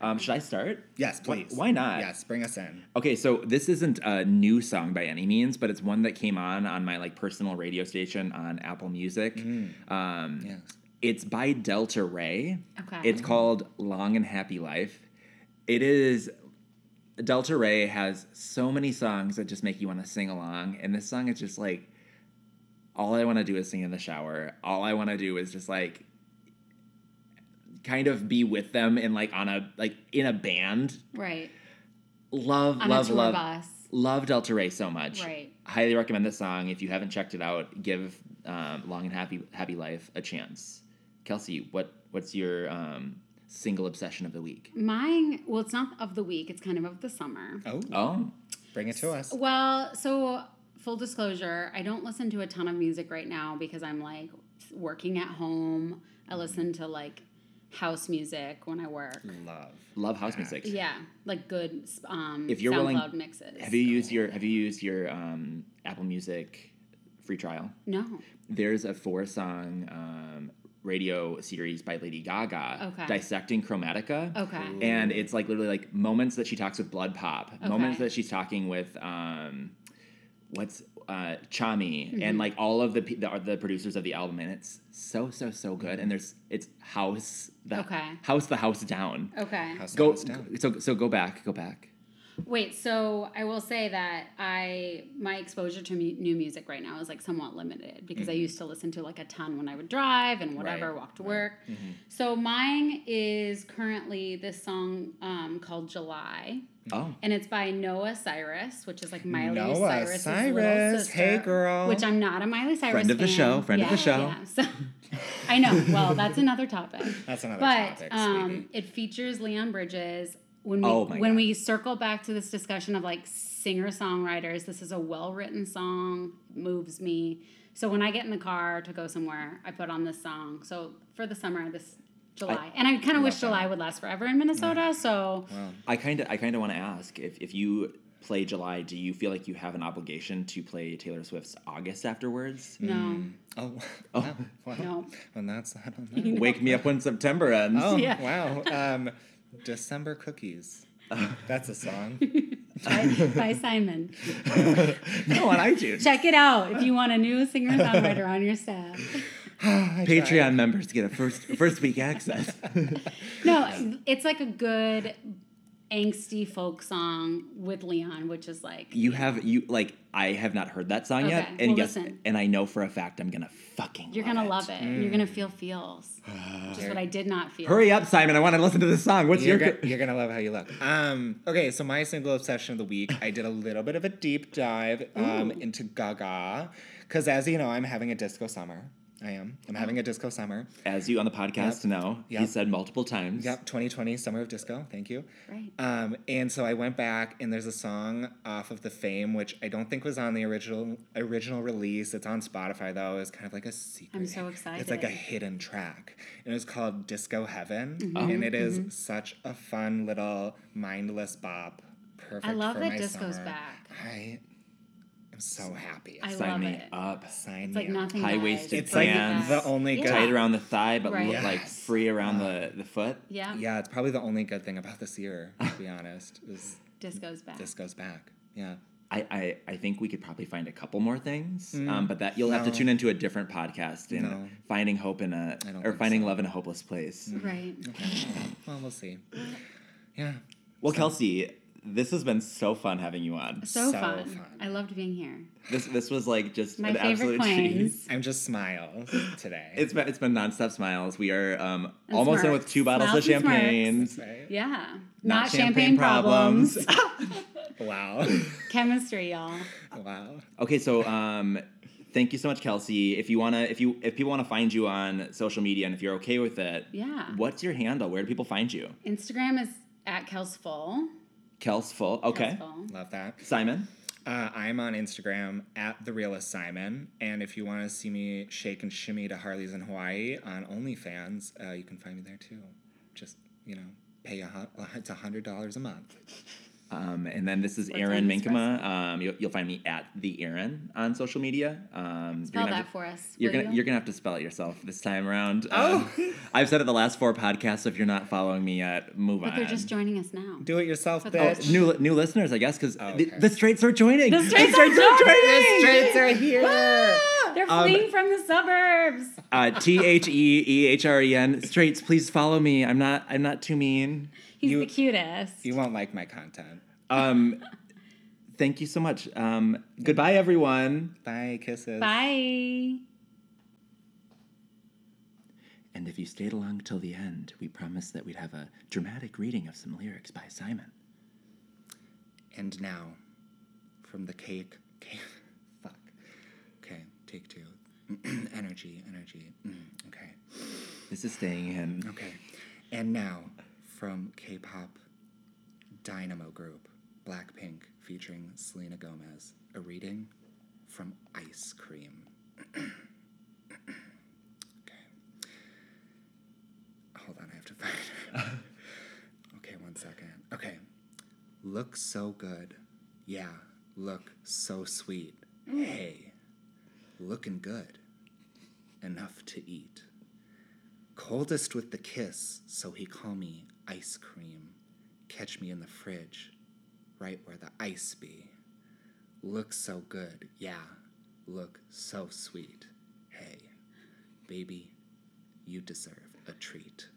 S1: Um, should I start?
S2: Yes,
S1: Why-
S2: please.
S1: why not?
S2: Yes, bring us in.
S1: Okay, so this isn't a new song by any means, but it's one that came on on my like personal radio station on Apple Music.
S2: Mm-hmm.
S1: Um,
S2: Yes.
S1: It's by Delta Ray.
S3: Okay.
S1: It's called Long and Happy Life. It is Delta Ray has so many songs that just make you want to sing along, and this song is just like all I want to do is sing in the shower. All I want to do is just like kind of be with them and like on a like in a band.
S3: right
S1: Love,
S3: on
S1: love,
S3: a tour
S1: love
S3: bus.
S1: love Delta Ray so much.
S3: Right.
S1: Highly recommend this song. If you haven't checked it out, give um, Long and Happy Happy Life a chance. Kelsey, what what's your um, single obsession of the week?
S3: Mine. Well, it's not of the week. It's kind of of the summer.
S2: Oh,
S1: Oh,
S2: bring it to us.
S3: Oh. Well, so full disclosure, I don't listen to a ton of music right now because I'm like working at home. I listen to like house music when I work.
S2: Love.
S1: love house music.
S3: Yeah, like good um
S1: If you're
S3: SoundCloud
S1: willing-
S3: mixes.
S1: Have you used your Have you used your um, Apple Music free trial?
S3: No.
S1: There's a four song um, radio series by Lady Gaga
S3: Okay.
S1: dissecting Chromatica.
S3: Okay.
S1: and it's like literally like moments that she talks with Blood Pop, moments
S3: Okay.
S1: that she's talking with um, what's uh, Chami,
S3: Mm-hmm.
S1: and like all of the, pe- the the producers of the album, and it's so so so good. And there's it's house the
S3: Okay.
S1: house the house down.
S3: Okay.
S2: House
S1: Go
S2: goes down.
S1: so so go back go back.
S3: Wait, so I will say that I my exposure to mu- new music right now is like somewhat limited because I used to listen to like a ton when I would drive and whatever,
S1: Mm-hmm. Right, Mm-hmm.
S3: walk to work. So mine is currently this song um, called July,
S1: Oh,
S3: and it's by Noah Cyrus, which is like Miley
S2: Noah
S3: Cyrus's little
S2: Cyrus,
S3: sister.
S2: hey, girl.
S3: Which I'm not a Miley Cyrus
S1: Friend of the
S3: fan.
S1: show, friend of the
S3: Yeah,
S1: show.
S3: Yeah. So, I know. Well, that's another topic
S2: That's another
S3: but
S2: topic,
S3: um,
S2: sweetie.
S3: it features Leon Bridges. When we
S1: Oh my
S3: when
S1: God.
S3: we circle back to this discussion of like singer songwriters, this is a well written song, moves me. So when I get in the car to go somewhere, I put on this song. So for the summer, this July, and I kind of wish July would last forever in Minnesota. So
S1: I kind of I kind of want to ask if if you play July, do you feel like you have an obligation to play Taylor Swift's August afterwards?
S3: no,
S2: Oh,
S1: Oh.
S2: wow. Well,
S3: No.
S2: And that's that. on that.
S1: Wake me up when September ends.
S2: Mm-hmm. Oh,
S3: Yeah.
S2: wow. Um, December cookies. That's a song.
S1: hmm.
S3: by, by Simon.
S1: no, on iTunes.
S3: Check it out if you want a new singer songwriter on your staff.
S2: I tried.
S1: Patreon members get a first first week access.
S3: No, it's like a good angsty folk song with Leon, which is like
S1: You have you like I have not heard that song yet,
S3: Okay,
S1: and
S3: well,
S1: yes,
S3: listen.
S1: and I know for a fact I'm gonna fucking.
S3: You're
S1: love
S3: gonna
S1: it.
S3: love it. and You're gonna feel feels. Just what I did not feel.
S1: Mm. Uh, Hurry up, Simon! I want to listen to this song. What's
S2: You're,
S1: your?
S2: gonna, you're gonna love how you look. Um, okay, so my single obsession of the week, I did a little bit of a deep dive um, into Gaga, because as you know, I'm having a disco summer. I am. I'm
S1: Uh-huh.
S2: having a disco summer.
S1: As you on the podcast know, he
S2: yep.
S1: said multiple times.
S2: Yep, 2020 summer of disco. Thank you.
S3: Right.
S1: Uh,
S2: Um, and so I went back, and there's a song off of the Fame, which I don't think was on the original original release. It's on Spotify though. It's kind of like a secret.
S3: I'm so
S2: It's like a
S3: excited.
S2: hidden track, and it's called Disco Heaven,
S3: Mm-hmm.
S2: and it is such a fun little mindless bop. Perfect.
S3: I love
S2: for
S3: that
S2: my
S3: disco's
S2: summer.
S3: back.
S2: I am so happy.
S3: I
S1: Sign
S3: love
S1: me
S3: it.
S1: up.
S2: Sign
S3: It's
S2: me
S3: like
S2: up.
S3: nothing.
S1: High-waisted
S3: dies.
S2: It's like
S1: Yes.
S2: the only good.
S3: Yeah.
S1: Tight around the thigh, but
S3: Right.
S1: look like
S2: Yes. Uh-huh.
S1: free around the the foot.
S3: Yeah.
S2: Yeah, it's probably the only good thing about this year. To be honest, is
S3: Disco's back.
S2: disco's back. Yeah.
S1: I, I, I think we could probably find a couple more things, um, but that you'll have to tune into a different podcast in
S2: Mm. No.
S1: finding hope in a
S2: don't
S1: or
S2: think
S1: finding love in a hopeless place.
S3: Right.
S2: Well, we'll see. Yeah.
S1: Well, Kelsey, this has been so fun having you on.
S3: So,
S2: So
S3: fun.
S2: fun.
S3: I loved being here.
S1: This this was like just
S3: My
S1: an
S3: favorite
S1: absolute treat.
S3: queens.
S2: I'm just smile today.
S1: It's been it's been nonstop smiles. We are um,
S3: And
S1: almost done
S3: smirks.
S1: with two bottles
S3: Smiles
S1: of
S3: and smirks.
S1: champagne.
S2: right.
S3: Yeah.
S1: Not champagne problems.
S2: Wow.
S3: Chemistry, y'all.
S2: wow.
S1: Okay, so um, thank you so much, Kelsey. If you wanna, if you, if people wanna find you on social media, and if you're okay with it,
S3: Yeah.
S1: what's your handle? Where do people find you?
S3: Instagram is at Kelsful.
S1: Kels Full. Okay.
S3: Kelsful.
S2: Love that.
S1: Simon.
S2: Uh, I'm on Instagram at the realist Simon, and if you want to see me shake and shimmy to Harley's in Hawaii on OnlyFans, uh, you can find me there too. Just you know, pay a hun- it's a hundred dollars a month.
S1: Um, and then this is
S3: What's
S1: Aaron
S3: on this
S1: Minkema. Um, you'll, you'll find me at the Aaron on social media. Um, you're
S3: Spell
S1: gonna have
S3: that
S1: to-
S3: for us.
S1: You're
S3: will
S1: gonna
S3: you?
S1: you're gonna have to spell it yourself this time around.
S2: Oh.
S1: Um, I've said it the last four podcasts. So if you're not following me yet, move
S3: but
S1: on.
S3: they're just joining us now.
S2: Do it yourself,
S3: But
S1: oh,
S3: that's-
S2: bitch.
S1: new new listeners, I guess, because
S2: Oh, okay.
S1: the, the straights are joining.
S3: The straights are
S2: the streets are here.
S3: They're
S1: Um,
S3: fleeing from the suburbs.
S1: Uh, T H E E H R E N straights. Please follow me. I'm not I'm not too mean.
S3: He's
S2: you-
S3: the cutest.
S2: you won't like my content.
S1: Um, thank you so much. Um, goodbye, everyone.
S2: Bye, kisses.
S3: Bye.
S1: And if you stayed along till the end, we promised that we'd have a dramatic reading of some lyrics by Simon.
S2: And now, from the cake, cake, fuck. Okay, take two. energy, energy. Mm, okay,
S1: This is staying in.
S2: okay. And now, from K-pop dynamo group Blackpink, featuring Selena Gomez, a reading from Ice Cream. okay. Hold on, I have to find it. okay, one second. Okay. Look so good. Yeah, look so sweet. Hey, looking good. Enough to eat. Coldest with the kiss, so he call me ice cream. Catch me in the fridge, right where the ice be. Look so good, yeah, look so sweet. Hey, baby, you deserve a treat.